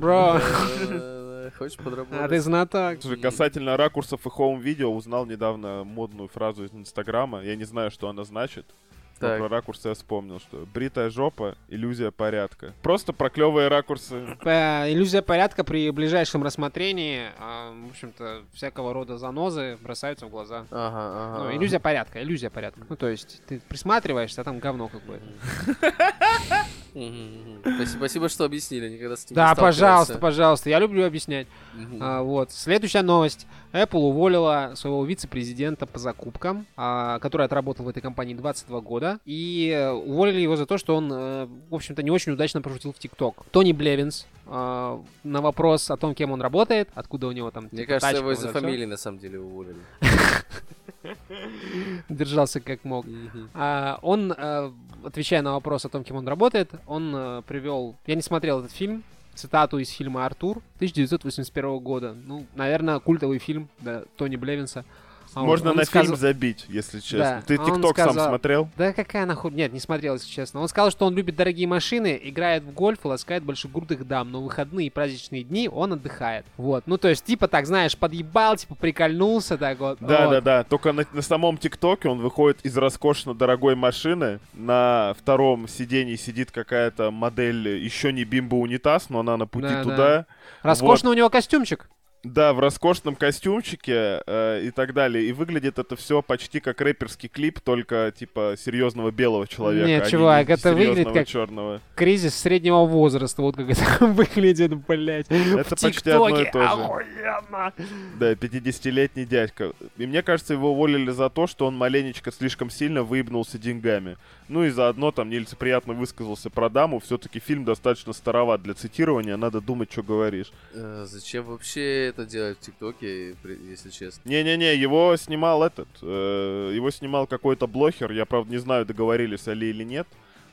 ракурс, бро.
Э, Хочешь
А ты
подработать?
знаток.
Слушай, касательно ракурсов и хоум-видео, узнал недавно модную фразу из Инстаграма. Я не знаю, что она значит. но
Так.
про ракурсы я вспомнил, что бритая жопа — иллюзия порядка. Просто про клевые ракурсы.
Э, Иллюзия порядка при ближайшем рассмотрении, а, в общем-то, всякого рода занозы бросаются в глаза.
Ага,
Ну,
ага.
иллюзия порядка, иллюзия порядка. Ну, то есть, ты присматриваешься, а там говно какое-то.
Мгм, мгм. Спасибо, спасибо, что объяснили. Никогда с этим не
Да, пожалуйста,
сталкивался.
пожалуйста, я люблю объяснять.
Мгм.
А, вот. Следующая новость. Apple уволила своего вице-президента по закупкам, а, который отработал в этой компании 22 года, и э, уволили его за то, что он, э, в общем-то, не очень удачно пошутил в TikTok. Тони Блевинс а, на вопрос о том, кем он работает, откуда у него там...
Мне
типа,
кажется,
тачка,
его
вот
из-за
это всё,
фамилии на самом деле уволили.
Держался как мог.
Мгм.
А, он, э, отвечая на вопрос о том, кем он работает, он э, привел... Я не смотрел этот фильм, цитату из фильма «Артур» 1981 года. Ну, наверное, культовый фильм да, Тони Блевинса. А он-
Можно
он
на
сказал-
фильм забить, если честно.
Да,
Ты
а он
ТикТок сам
сказал-
смотрел?
Да какая нахуй... Нет, не смотрел, если честно. Он сказал, что он любит дорогие машины, играет в гольф и ласкает большегрудых дам, но в выходные и праздничные дни он отдыхает. Вот. Ну, то есть, типа, так, знаешь, подъебал, типа, прикольнулся, так вот.
Да,
Вот.
да, да. Только на, на самом ТикТоке он выходит из роскошно дорогой машины. На втором сидении сидит какая-то модель, э, еще не бимбо унитаз, но она на пути
Да, да.
туда.
Роскошно у него костюмчик.
Да, в роскошном костюмчике э, и так далее. И выглядит это все почти как рэперский клип, только типа серьезного белого человека.
Не,
а
чувак, это выглядит
серьезного
как-
черного.
Кризис среднего возраста. Вот как это выглядит, блядь.
Это
в
почти одно и
ТикТоке.
то же.
Охуенно.
Да, 50-летний дядька. И мне кажется, его уволили за то, что он маленечко слишком сильно выебнулся деньгами. Ну и заодно там нелицеприятно высказался про даму. Все-таки фильм достаточно староват для цитирования, надо думать, что говоришь.
Э, Зачем вообще это делать в ТикТоке, при- если честно?
Не-не-не, его снимал этот. э, его снимал какой-то блогер. Я, правда, не знаю, договорились они или нет.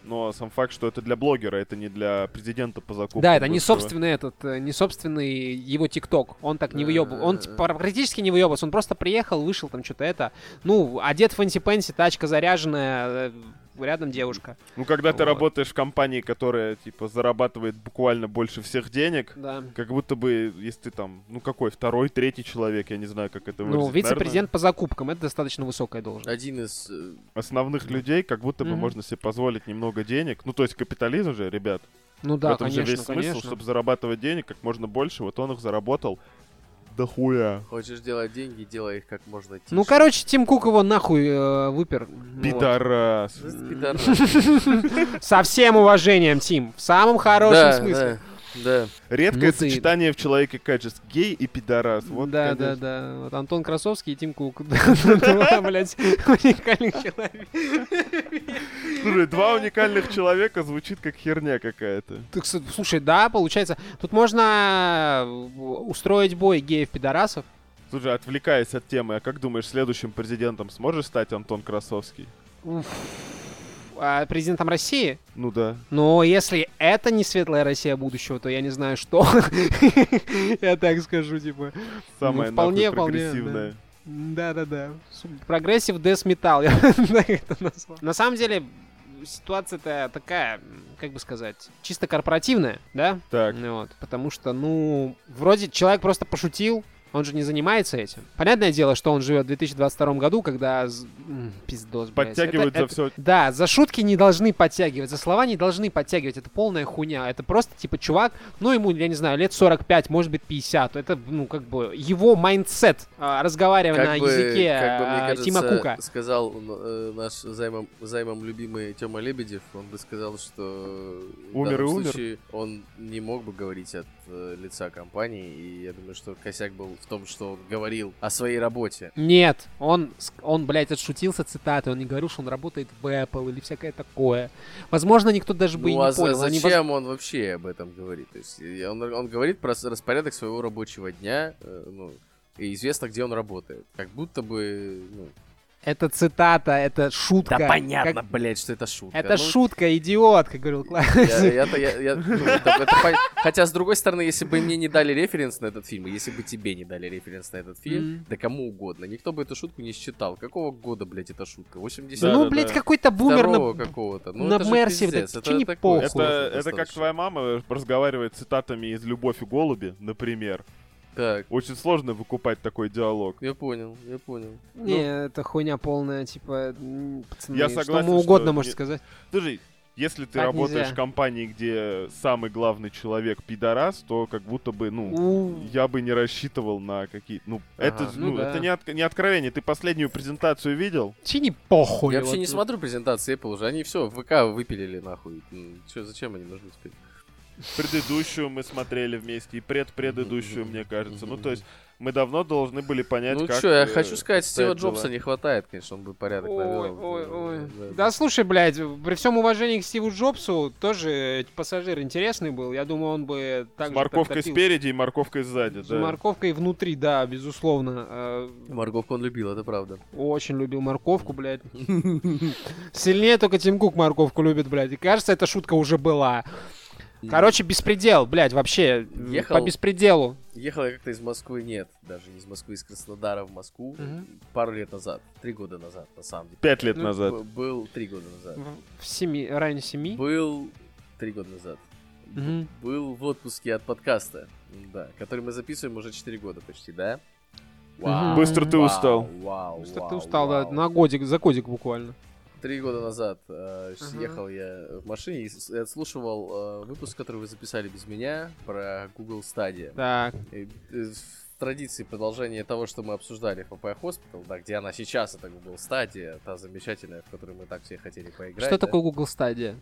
Но сам факт, что это для блогера, это не для президента по закупкам.
Да, это не
быстрого.
собственный этот, э, не собственный его ТикТок. Он так
Э.
не выебывал. Он
Э-э-э.
типа, практически не выебывался. Он просто приехал, вышел там что-то это. Ну, одет фэнси-пенси, тачка заряженная, э, рядом девушка.
Ну, когда ты
Вот.
работаешь в компании, которая, типа, зарабатывает буквально больше всех денег,
Да.
Как будто бы, если ты там, ну какой, второй, третий человек, я не знаю, как это выразить.
Ну, вице-президент
наверное,
по закупкам, это достаточно высокая должность.
Один из... э,
Основных людей, как будто бы
Мгм.
можно себе позволить немного денег. Ну, то есть капитализм же, ребят.
Ну
в
да,
этом
конечно,
же весь смысл,
конечно. Ну,
чтобы зарабатывать денег как можно больше. Вот он их заработал до хуя.
Хочешь делать деньги, делай их как можно тише.
Ну, короче, Тим Кук его нахуй э, выпер. Вот.
Пидорас.
Просто пидорас.
Со всем уважением, Тим. В самом хорошем
Да,
смысле.
Да, да.
Редкое
Ну ты-
сочетание в человеке качеств. Гей и пидорас. Вот,
да, да,
конечно.
да. Вот Антон Красовский и Тим Кук. Два, блядь, уникальных человека.
Слушай, два уникальных человека звучит как херня какая-то.
Так, с- Слушай, да, получается. Тут можно э, устроить бой геев-пидорасов.
Слушай, отвлекаясь от темы, а как думаешь, следующим президентом сможешь стать Антон Красовский?
Уф. А президентом России?
Ну да.
Но если это не светлая Россия будущего, то я не знаю, что. Я так скажу, типа. вполне, Ну,
Самое нахуй
вполне,
прогрессивное.
Да-да-да. Прогрессив Death Metal я так это назвал. На самом деле, ситуация-то такая, как бы сказать, чисто корпоративная, да?
Так.
Ну Вот, потому что, ну, вроде человек просто пошутил, он же не занимается этим. Понятное дело, что он живет в 2022 году, когда... з- м, Пиздос, блядь. Это-
Подтягивается
это-
все.
да, за шутки не должны подтягивать, за слова не должны подтягивать, это полная хуйня. Это просто, типа, чувак, ну, ему, я не знаю, лет 45, может быть, 50. Это, ну, как бы, его майндсет, а, разговаривая на языке
как бы, мне
а,
кажется,
Тима Кука.
сказал э, наш займом, займом любимый Тёма Лебедев, он бы сказал, что в
Умер
данном
и умер.
случае он не мог бы говорить от э, лица компании, и я думаю, что косяк был в том, что он говорил о своей работе.
Нет, он, с- он, блядь, отшутился цитатой, он не говорил, что он работает в Apple или всякое такое. Возможно, никто даже бы
ну
и
а
не
за-
понял. они воз-
зачем он вообще об этом говорит? То есть и он, он говорит про с- распорядок своего рабочего дня, э, ну, и известно, где он работает. Как будто бы, ну,
Это цитата, это шутка.
да понятно,
Как-
блядь, что это шутка.
Это
Ну,
шутка, идиот, как говорил Клай.
Я- я-то- я- я- ну, это- это пон- Хотя, с другой стороны, если бы мне не дали референс на этот фильм, и если бы тебе не дали референс на этот фильм,
Мгм.
да кому угодно, никто бы эту шутку не считал. Какого года, блядь, эта шутка? 80
Да,
ну,
да,
блядь,
да.
какой-то бумер на...
какого-то. Ну,
на
это же
Мерсе вот
пиздец,
это, чё не
такое,
Это,
похуй?
это как
достаточно.
твоя мама разговаривает цитатами из «Любовь и голуби», например.
Так,
Очень сложно выкупать такой диалог.
я понял, я понял. Ну,
Не, это хуйня полная, типа, м, пацаны,
Я
что
согласен,
ему угодно
что
можешь
не-
сказать.
Слушай, если ты
Так
работаешь
нельзя.
в компании, где самый главный человек пидорас, то как будто бы, ну,
У,
я бы не рассчитывал на какие... Ну,
Ага.
это,
Ну
ну,
да.
это не, отк- не откровение. Ты последнюю презентацию видел?
Чини похуй.
Я
вот
вообще не
тут.
смотрю презентации Apple уже, они все, ВК выпилили нахуй. М, Чё, зачем они нужны теперь?
Предыдущую мы смотрели вместе, и предпредыдущую,
Мгм.
мне кажется. Ну,
Мгм.
то есть, мы давно должны были понять,
Ну
как...
чё, я
э,
хочу сказать, Стива
стоят дела.
Джобса не хватает, конечно, он бы порядок
Ой,
навел.
ой, ой.
Да,
Да слушай, блядь, при всем уважении к Стиву Джобсу, тоже э, пассажир интересный был. Я думаю, он бы так
С
же
морковкой
протопил.
спереди и морковкой сзади,
С
да.
морковкой внутри, да, безусловно. Э,
Морговку он любил, это правда.
Очень любил морковку, блядь. Сильнее только Тим Кук морковку любит, блядь. И кажется, эта шутка уже была. Короче, беспредел, блядь, вообще. м,
Ехал.
По беспределу.
Ехал я как-то из Москвы, нет, даже не из Москвы, из Краснодара в Москву
Мгм.
пару лет назад, три года назад, на самом деле.
Пять лет
Ну,
назад.
Б- Был три года назад.
В в семи, районе семи.
Был три года назад.
Мгм.
Был в отпуске от подкаста, да, который мы записываем уже четыре года почти, да?
Мгм.
Быстро ты
вау,
устал.
Вау,
Что ты
вау,
устал, да,
вау.
на годик, за годик буквально.
Три года назад э, с-
Ага.
ехал я в машине и с- и отслушивал э, выпуск, который вы записали без меня, про Google Stadia.
Так.
И, э, в традиции продолжение того, что мы обсуждали в PPI Hospital, да, где она сейчас, это Google Stadia, та замечательная, в которую мы так все хотели поиграть.
Что
да.
такое Google Stadia?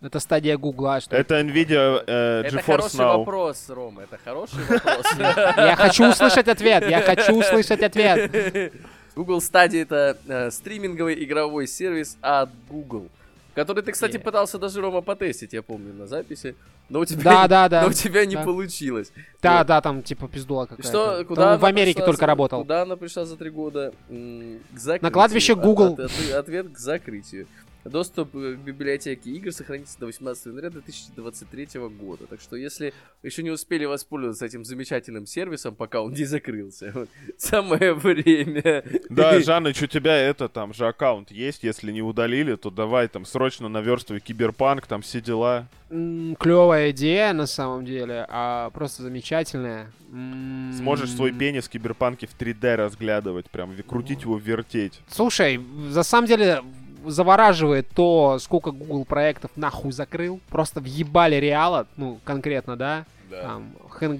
Это стадия Гугла, что ли?
Это NVIDIA э,
Это
GeForce
хороший
Now.
вопрос, Рома, это хороший вопрос.
Я хочу услышать ответ, я хочу услышать ответ.
Google Stadia это э, стриминговый игровой сервис от Google, который ты, кстати,
Yeah.
пытался даже, Рома, потестить, я помню, на записи, но у тебя
Да, да, да.
но у тебя не
да.
получилось.
Да,
Вот.
да, там типа пиздула какая-то.
Что,
Там
куда
в
она
Америке
пришла
только
за-
работал.
Куда она пришла за три года? М, к закрытию.
На кладбище
От-
Google.
от- от- ответ к закрытию. Доступ э, к библиотеке игр сохранится до 18 января 2023 года. Так что, если еще не успели воспользоваться этим замечательным сервисом, пока он не закрылся, вот, самое время.
Да, Жаныч, у тебя это там же аккаунт есть, если не удалили, то давай там срочно наверстывай киберпанк, там все дела.
Клевая идея на самом деле, а просто замечательная. М,
Сможешь свой пенис в киберпанке в 3D разглядывать, прям ви- крутить его, вертеть.
Слушай, на самом деле завораживает то, сколько Google проектов нахуй закрыл. Просто въебали реала, ну, конкретно, да? Там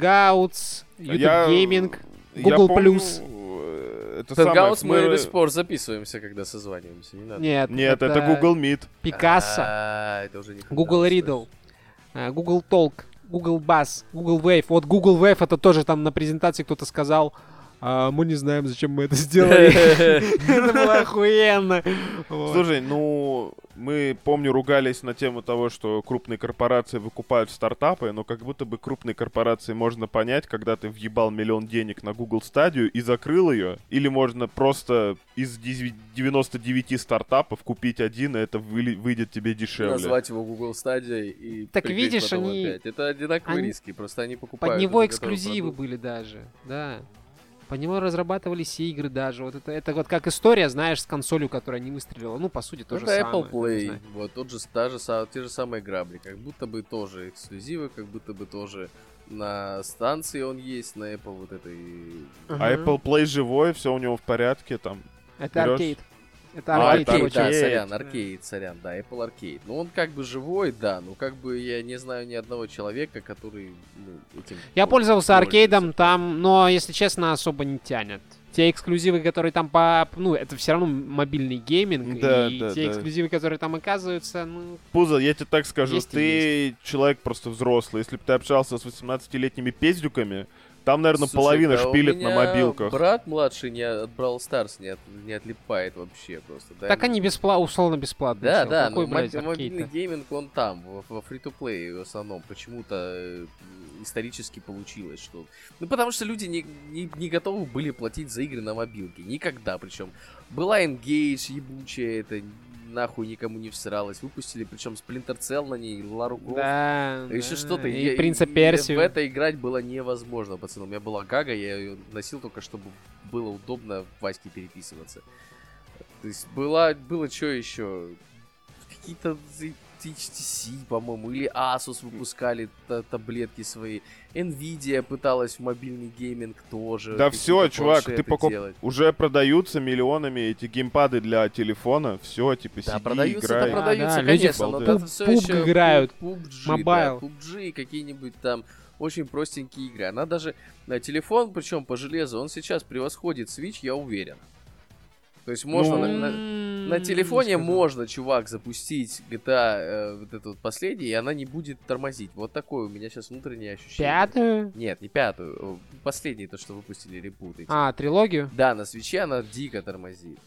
Hangouts, YouTube
Я-
Gaming.
Я
Google
помню,
Plus.
э, Это самое,
Хэнгаутс мы
мы-
до сих пор записываемся, когда созваниваемся, не надо.
Нет,
Нет, это Google Meet.
Пикассо,
А, это уже не
Google
Hangouts,
Riddle, э, Google Talk, Google Buzz, Google Wave. Вот Google Wave это тоже там на презентации кто-то сказал. «А, мы не знаем, зачем мы это сделали. Это было охуенно. Вот.
Слушай, ну, мы, помню, ругались на тему того, что крупные корпорации выкупают стартапы, но как будто бы крупные корпорации можно понять, когда ты въебал миллион денег на Google стадию и закрыл ее, или можно просто из 99 стартапов купить один, и это выли- выйдет тебе дешевле.
назвать его Google Stadia и
Так
приклеить
видишь,
потом
они-
опять. это одинаковые
они-
риски, просто они покупают
Под него
уже готовый
эксклюзивы
продукт.
были даже, да. По нему разрабатывались и игры даже. Вот это, это вот как история, знаешь, с консолью, которая не выстрелила. Ну, по сути, то же
это
самое.
Apple
Не
Play,
знаю.
вот тот же, та же, са- те же самые грабли, как будто бы тоже эксклюзивы, как будто бы тоже на станции он есть, на Apple вот этой...
А Apple Play живой, все у него в порядке, там.
Это
берёшь?
аркейд. Это
А,
аркейд.
это
очень.
Arcade.
да, сорян, аркейд, сорян, да, Apple Arcade. Ну, он как бы живой, да, но как бы я не знаю ни одного человека, который ну, этим...
Я
ну,
пользовался
пользуется.
аркейдом там, но, если честно, особо не тянет. Те эксклюзивы, которые там по... Ну, это все равно мобильный гейминг.
Да,
и
да,
те
да.
эксклюзивы, которые там оказываются, ну...
Пузо, я тебе так скажу,
Есть и
ты человек просто взрослый. Если бы ты общался с 18-летними пиздюками, там, наверное,
Слушай,
половина
да у
шпилит на
меня
мобилках.
брат младший не от Brawl Stars не, от- не отлипает вообще просто. да,
Так
ему-
они бесплатно, условно бесплатные.
Да,
всё.
да,
Какой,
но
блядь,
моб- мобильный
аркейд-то?
гейминг, он там, во, во фри-то-плей в основном. Почему-то э, исторически получилось, что... Ну, потому что люди не, не, не готовы были платить за игры на мобилке. Никогда. Причем была Engage, ебучая, это нахуй никому не всралось. Выпустили, причем Splinter Cell на ней, Лару Крофт.
Да,
Еще
да.
что-то.
И
Я-
принца
и
Персию.
В это играть было невозможно, пацаны. У меня была гага, я ее носил только, чтобы было удобно Ваське переписываться. То есть была, было что еще? Какие-то зи- HTC, по-моему, или Asus выпускали та- таблетки свои. Nvidia пыталась в мобильный гейминг тоже.
Да
какие-то
все, чувак, ты
планшеты
покуп...
делать.
Уже продаются миллионами эти геймпады для телефона. Все, типа,
Да,
сиди,
продаются-то
играй.
прода-
продаются,
Да, да, люди
конечно, но
балдеют.
это все
PUBG
еще
играют,
PUBG,
мобайл.
Да, PUBG и какие-нибудь там очень простенькие игры. Она даже на телефон, причем по железу, он сейчас превосходит Switch, я уверен. То есть можно
Ну,
на- на,
М,
на
не
телефоне
сказал.
можно, чувак, запустить GTA э, вот этот вот последний, и она не будет тормозить. Вот такое у меня сейчас внутреннее ощущение.
Пятую?
Нет, не пятую. э, Последний, то, что выпустили ребут. эти.
А, трилогию?
Да, на свече она дико тормозит.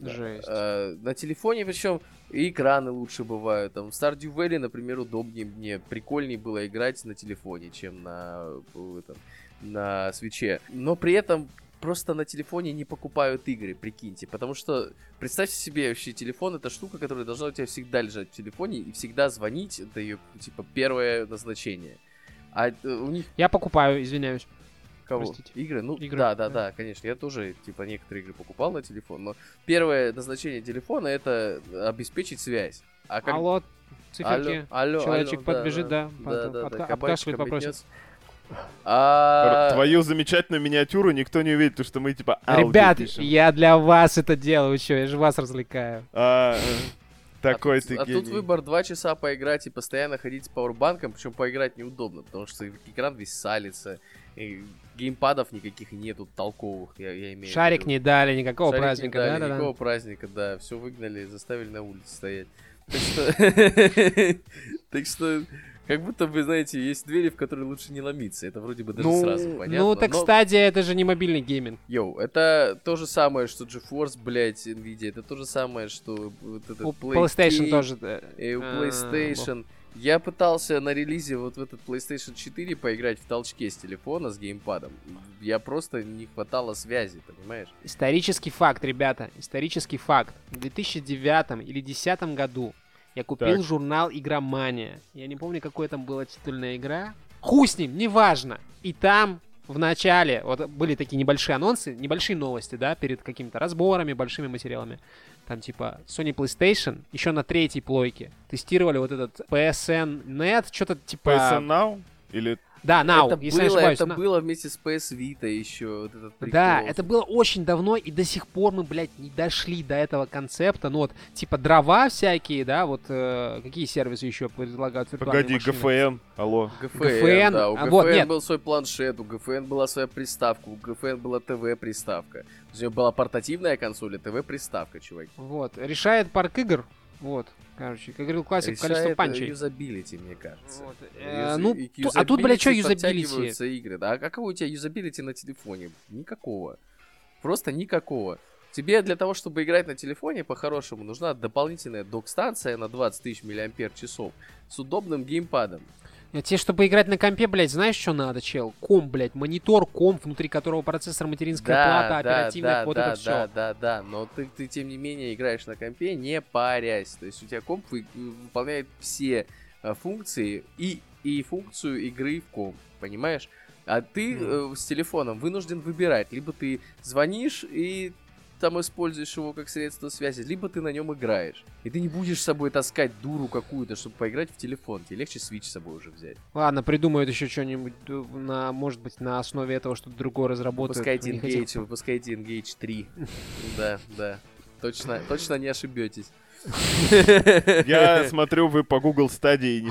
Да.
Жесть.
Э, на телефоне причем и экраны лучше бывают. Там в Stardew Valley, например, удобнее мне, прикольнее было играть на телефоне, чем на э, этом, на свече. Но при этом просто на телефоне не покупают игры, прикиньте. Потому что представьте себе вообще телефон, это штука, которая должна у тебя всегда лежать в телефоне и всегда звонить, это ее типа первое назначение. А э, у них
Я покупаю, извиняюсь.
Кого?
Простите.
Игры? Ну,
Игры,
да, да,
да.
да, конечно. Я тоже, типа, некоторые игры покупал на телефон, но первое назначение телефона — это обеспечить связь. А как...
Алло, циферки.
алло,
Человечек подбежит, да,
Да,
под- подка-
да, да,
обкашляет,
кабачек
попросит.
обнесёт. А,
Твою замечательную миниатюру никто не увидит, потому что мы, типа, аудио
Ребят,
пишем.
я для вас это делаю, что я же вас развлекаю.
А, э,
а
Такой
тут-
ты
А тут
гений.
выбор два часа поиграть и постоянно ходить с пауэрбанком, причем поиграть неудобно, потому что экран весь салится, и геймпадов никаких нету толковых, я, я имею в
Шарик
виду.
не дали, никакого
Шарик не
праздника,
дали,
да, да,
Никакого
да.
праздника, да. Все выгнали, заставили на улице стоять. Так что... Так что... Как будто бы, знаете, есть двери, в которые лучше не ломиться. Это вроде бы даже сразу понятно.
ну, так
но-
стадия, это же не мобильный гейминг.
Йоу, это то же самое, что GeForce, блядь, Nvidia. Это то же самое, что вот этот
У
Play
PlayStation
Key,
тоже. да.
И у
А,
PlayStation. Я пытался на релизе вот в этот PlayStation 4 поиграть в толчке с телефона, с геймпадом. Я просто не хватало связи, понимаешь?
Исторический факт, ребята, исторический факт. В 2009 или 2010 году я купил
Так.
журнал «Игромания». Я не помню, какой там была титульная игра. Хуй с ним, неважно. И там в начале вот были такие небольшие анонсы, небольшие новости, да, перед какими-то разборами, большими материалами. Там типа Sony PlayStation еще на третьей плойке тестировали вот этот PSN.net, что-то типа...
PSN Now? Или
Да, Now,
это
если
было,
я не ошибаюсь.
это
на-
было вместе с PS Vita еще вот этот прикол.
Да, это было очень давно, и до сих пор мы, блядь, не дошли до этого концепта. Ну вот, типа дрова всякие, да, вот э, какие сервисы еще предлагают виртуальные
погоди,
машины?
ГФН, алло.
ГФН,
GFN,
да, у
а,
GFN
вот, нет.
был свой планшет, у ГФН была своя приставка, у ГФН была ТВ-приставка. То есть у него была портативная консоль, и ТВ-приставка, чувак.
Вот, решает парк игр, вот, короче, как говорил классик, количество
Решает, э,
панчей.
юзабилити, мне кажется.
Вот, э,
Юз-
ну,
и к
ту- а тут, блядь, что
юзабилити
юзабилити?
подтягиваются игры, да? А какого у тебя юзабилити на телефоне? Никакого. Просто никакого. Тебе для того, чтобы играть на телефоне по-хорошему, нужна дополнительная док-станция на 20 тысяч миллиампер часов с удобным геймпадом.
А Тебе, чтобы играть на компе, блядь, знаешь, что надо, чел? Ком, блядь, монитор, ком, внутри которого процессор, материнская плата, оперативная, вот
да,
это все.
Да, да, да, но ты, ты, тем не менее, играешь на компе, не парясь. То есть у тебя комп вы- э, выполняет все э, функции и, и функцию игры в комп, понимаешь? А ты э, с телефоном вынужден выбирать. Либо ты звонишь и там используешь его как средство связи, либо ты на нем играешь. И ты не будешь с собой таскать дуру какую-то, чтобы поиграть в телефон. Тебе легче свич с собой уже взять.
Ладно, придумают еще что-нибудь, э, на, может быть, на основе этого что-то другое разработают.
Выпускайте
У них этих-
Engage, выпускайте Engage 3. Да, да. Точно, точно не ошибетесь.
Я смотрю, вы по Google стадии не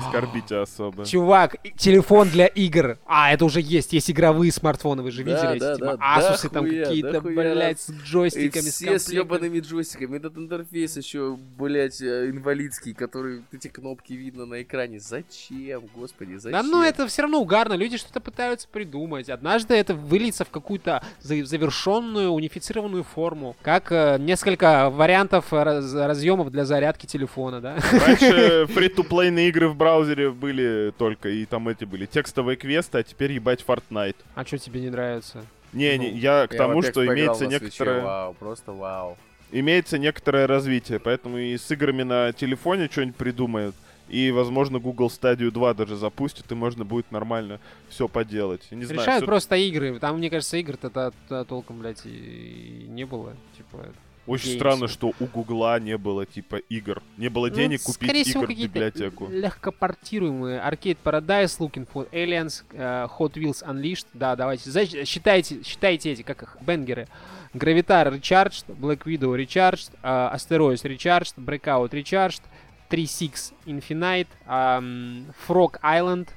скорбите особо.
Чувак, и- телефон для игр. А, это уже есть. Есть игровые смартфоны, вы же
Да,
видели
да,
эти типа,
да, да,
Asus там
хуя, да,
какие-то,
хуя
блядь, с
И
джойстиками, с
все с
комплектом.
ебаными джойстиками. Этот интерфейс еще, блять, инвалидский, который эти кнопки видно на экране. Зачем, господи, зачем?
Да ну это все равно угарно, люди что-то пытаются придумать. Однажды это выльется в какую-то за- завершенную, унифицированную форму. Как э, несколько вариантов э, раз- разъемов для зарядки телефона, да?
Раньше фри-то-плейные игры в браузере были только, и там эти были текстовые квесты, а теперь ебать Fortnite.
А что тебе не нравится?
Не, не,
Ну,
я к
Я
тому,
во-первых,
что
поиграл
имеется
на а Switch'е,
некоторое,
Вау, просто вау. А
имеется некоторое развитие, поэтому и с играми на телефоне что-нибудь придумают. И, возможно, Google Stadia 2 даже запустит, и можно будет нормально все поделать. Не знаю,
Решают
всё-
просто игры. Там, мне кажется, игр-то та- та толком, блядь, и не было. Типа,
Очень
Games.
странно, что у Гугла не было типа игр. Не было
Ну,
денег купить
скорее всего,
игр в
какие-то
библиотеку.
легкопортируемые. Arcade Paradise, Looking for Aliens, э, Hot Wheels Unleashed. Да, давайте. Знаете, считайте, считайте эти, как их, бенгеры. Гравитар Recharged, Black Widow Recharged, э, Asteroids Recharged, Breakout Recharged, 3.6 Infinite, ам, Frog Island,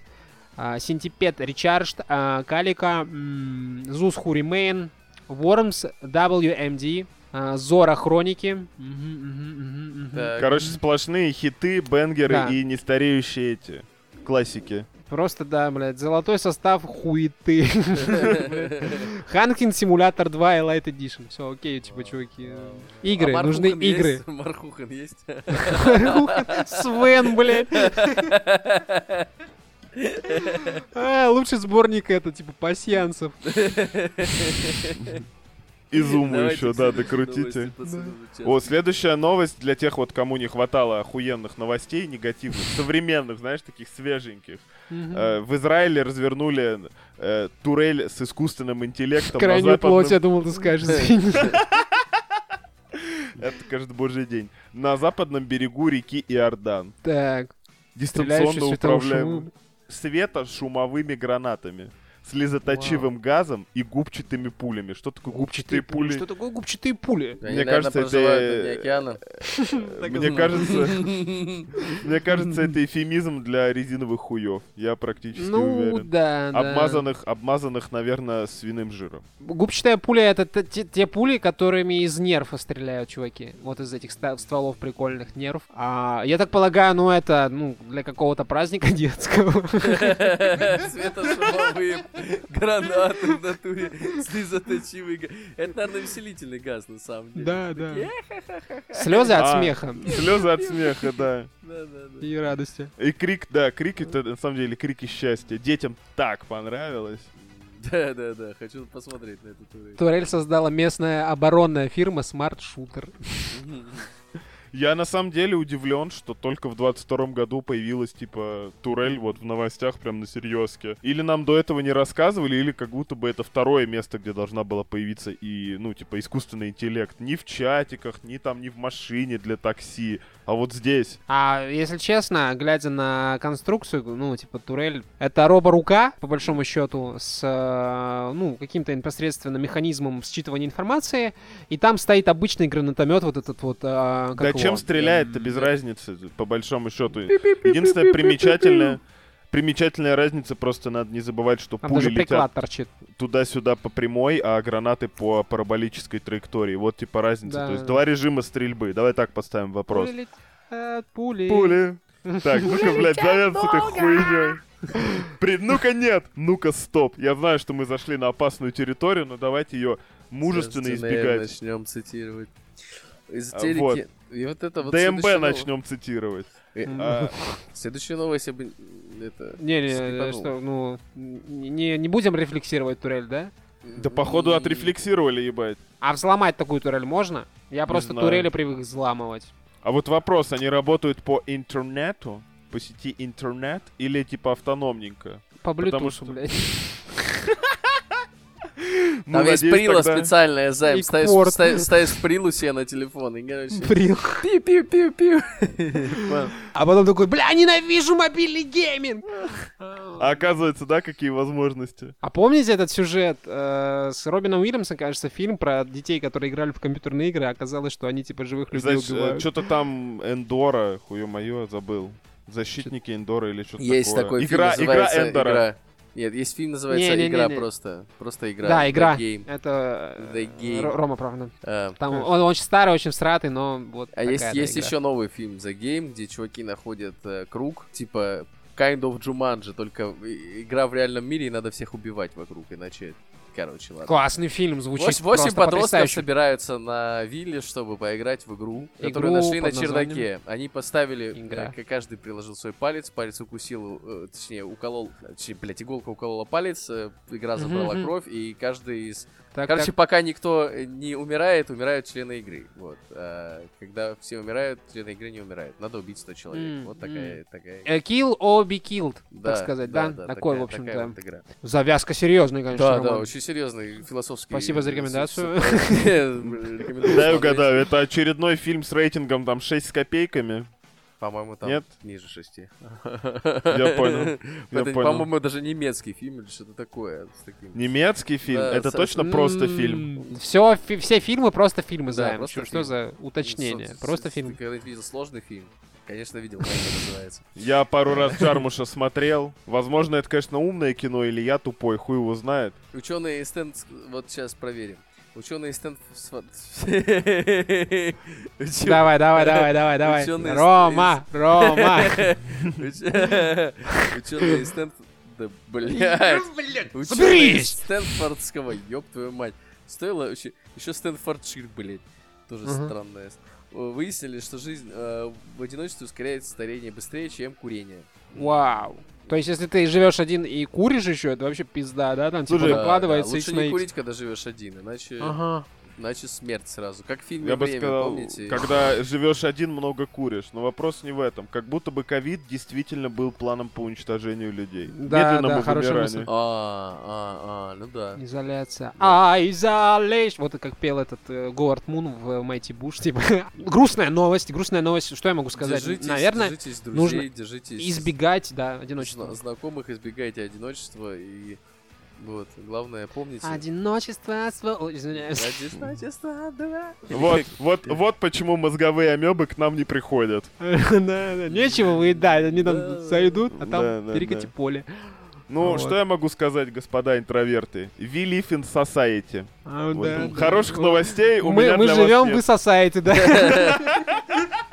э, Centipede Recharged, э, Calico, м, Zeus Who Remain, Worms WMD, э, Зора Хроники. Мгм, мгм, мгм, мгм.
Так.
Короче, сплошные хиты, бенгеры
Да.
и нестареющие эти классики.
Просто, да, блядь, золотой состав хуеты. Ханкин Симулятор 2 и Light Edition. Все, окей, типа, чуваки. Игры,
А
нужны
Мархухан
игры.
есть? Мархухан есть?
Свен, блядь. А, лучший сборник это, типа, пасьянцев.
И зуму
Давайте
еще,
к
да,
следующей
докрутите.
новости, пацаны, вот сейчас.
О, следующая новость для тех вот, кому не хватало охуенных новостей, негативных, современных, знаешь, таких свеженьких. Э, В Израиле развернули э, турель с искусственным интеллектом на
Крайнюю
западном-
плоть, я думал, ты скажешь, извини.
Это каждый божий день. На западном берегу реки Иордан.
Так,
Дистанционно
стреляющий
управляемый.
светошумовым.
светошумовыми гранатами, слезоточивым
Вау.
газом и губчатыми пулями. Что такое губчатые пули?
Что такое губчатые пули?
Они,
мне
наверно,
кажется, это,
проживают на
э,
дне океана.
Так и
Мне
знал.
кажется, мне кажется, это эфемизм для резиновых хуев. Я практически
Ну,
уверен.
да, да.
Обмазанных, обмазанных, наверное, свиным жиром.
Губчатая пуля это т- те, те пули, которыми из нерфа стреляют, чуваки. Вот из этих ста- стволов прикольных нерв. А, я так полагаю, ну это ну, для какого-то праздника детского.
Светошумовые гранаты в натуре, слезоточивый газ. Это, наверное, веселительный газ, на самом деле.
да. Слезы от
А.
смеха
Слезы от смеха, да.
Да, да, да.
и радости.
И крик, да, крик это на самом деле крики счастья. Детям так понравилось.
Да, да, да. Хочу посмотреть на этот уровень.
Турель создала местная оборонная фирма Smart Shooter.
Я на самом деле удивлен, что только в 22 году появилась, типа, турель вот в новостях прям на серьезке. Или нам до этого не рассказывали, или как будто бы это второе место, где должна была появиться и, ну, типа, искусственный интеллект. Ни в чатиках, ни там, ни в машине для такси, а вот здесь.
А если честно, глядя на конструкцию, ну, типа турель, это робо-рука, по большому счету, с, э, ну, каким-то непосредственно механизмом считывания информации, и там стоит обычный гранатомет, вот этот вот, э, как
да
его?
чем стрелять-то без разницы, по большому счету. Единственное примечательное... Примечательная разница, просто надо не забывать, что
Там
пули
даже
летят
приклад торчит.
туда-сюда по прямой, а гранаты по параболической траектории. Вот типа разница.
Да.
То есть два режима стрельбы. Давай так поставим вопрос.
Пули летят, пули.
Пули. Так, ну-ка, блядь, завяз с этой хуйней. При- Ну-ка, нет! Ну-ка, стоп! Я знаю, что мы зашли на опасную территорию, но давайте ее мужественно избегать.
Начнем цитировать.
А, вот.
Эзотерики. И вот это вот... ну. следующая
ДМБ
новость.
начнем цитировать.
Э,
Мгм.
А,
Следующая новость, я бы... Это...
Не, не,
Скрипанул.
что, ну, не, не будем рефлексировать турель, да?
Да, походу, отрефлексировали, ебать.
А взломать такую турель можно? Я
Не
просто
знаю.
турели привык взламывать.
А вот вопрос, они работают по интернету? По сети интернет или типа автономненько?
По
Потому
Bluetooth,
что-
блядь.
Ну,
Там есть
надеюсь,
прила
тогда-
специальная, займ.
И
Ставишь,
порт.
ста- ставишь прилу себе на телефон и, короче,
Брил.
пиу-пиу-пиу-пиу.
А потом такой, бля, ненавижу мобильный гейминг!
А оказывается, да, какие возможности?
А помните этот сюжет э, с Робином Уильямсом, кажется, фильм про детей, которые играли в компьютерные игры, а оказалось, что они типа живых людей убивают.
что-то э, там Эндора, хую моё, забыл. Защитники Эндора или что-то
Есть такой фильм,
игра, игра
называется
Эндора.
«Игра». Нет, есть фильм, называется
Не-не-не-не.
«Игра» просто. Просто игра.
Да,
The
игра.
Game.
Это э,
The Game.
Ро- Рома, правда.
Э,
Там он очень старый, очень сратый, но вот.
А
такая,
есть,
да,
есть
игра.
еще новый фильм The Game, где чуваки находят э, круг, типа Kind of Jumanji, только и- игра в реальном мире, и надо всех убивать вокруг, иначе, короче, ладно.
Классный фильм звучит.
Вось- Восемь
просто
подростков
потрясающе.
собираются на вилле, чтобы поиграть в игру, которую
Игру
нашли на
под названием-
чердаке. Они поставили,
Игра.
э, к- каждый приложил свой палец, палец укусил, э, точнее, уколол, точнее, блядь, иголка уколола палец, э, игра забрала
Мгм. А
кровь, и каждый из
Так,
Короче,
так.
пока никто не умирает, умирают члены игры. Вот. А когда все умирают, члены игры не умирают. Надо убить 100 человек.
М,
Вот такая... такая...
Э, Kill or be killed,
Да,
так сказать, да? Такой,
такая-
в общем-то.
такая вот игра.
Завязка серьезная, конечно.
Да, да,
Роман.
очень серьезный философский...
Спасибо за рекомендацию.
Рекомендую
Дай
смотреть.
угадаю, это очередной фильм с рейтингом там 6 с копейками.
По-моему, там
Нет?
ниже шести.
Я понял. Я
Это,
понял.
по-моему, даже немецкий фильм или что-то такое. с таким.
Немецкий фильм?
Да,
это
со-
точно просто фильм.
Все, все фильмы просто фильмы
Да,
знаем.
просто
Чё-
фильм.
Что за уточнение?
Собственно,
Просто
с-
фильм.
Ты когда-нибудь видел сложный фильм? Конечно, видел, как это называется.
Я пару раз Джармуша смотрел. Возможно, это, конечно, умное кино, или я тупой, хуй его знает.
Ученые из Стэн... Вот сейчас проверим. Ученые из Стэн...
Давай, давай, давай, давай, давай.
Учёный из-
Рома, Рома.
Ученые из Стэн... Да, блядь. Учёные из
соберись!
Стэнфордского, ёб твою мать. Стоило еще... Еще Стэнфордшир, блядь. Тоже
Мгм.
странное. с- Выяснили, что жизнь э, в одиночестве ускоряет старение быстрее, чем курение.
Вау. То есть, если ты живешь один и куришь еще, это вообще пизда, да? Там типа
Слушай,
Да,
накладывается
да,
и
Лучше не
снеет.
курить, когда живешь один, иначе,
Ага.
иначе смерть сразу. Как в фильме
Я бы
«Время»,
сказал,
помните?
когда живешь один, много куришь. Но вопрос не в этом. Как будто бы ковид действительно был планом по уничтожению людей.
Да,
Медленному
да, хорошая
вымиранию.
А, а, а, ну да.
Изоляция. А, изоляция. Вот как пел этот э, Говард Мун в Майти Буш. Типа, грустная новость, грустная новость. Что я могу сказать?
Держитесь,
Наверное,
держитесь друзей,
нужно
держитесь
избегать, да,
зна-
одиночества.
знакомых, избегайте одиночества и вот главное помните.
Одиночество сво- Ой, извиняюсь.
Одиночество, да.
Вот, вот, вот почему мозговые амебы к нам не приходят.
Да, да, Нечего выедать, они
Да.
там сойдут, а
Да,
там
да,
перекати
да.
поле.
Ну,
Вот.
что я могу сказать, господа интроверты? We live in society.
А,
Вот.
да, да.
Хороших новостей ну, у
Мы,
меня
мы
для
живем,
вас
вы
нет.
сосаете, да.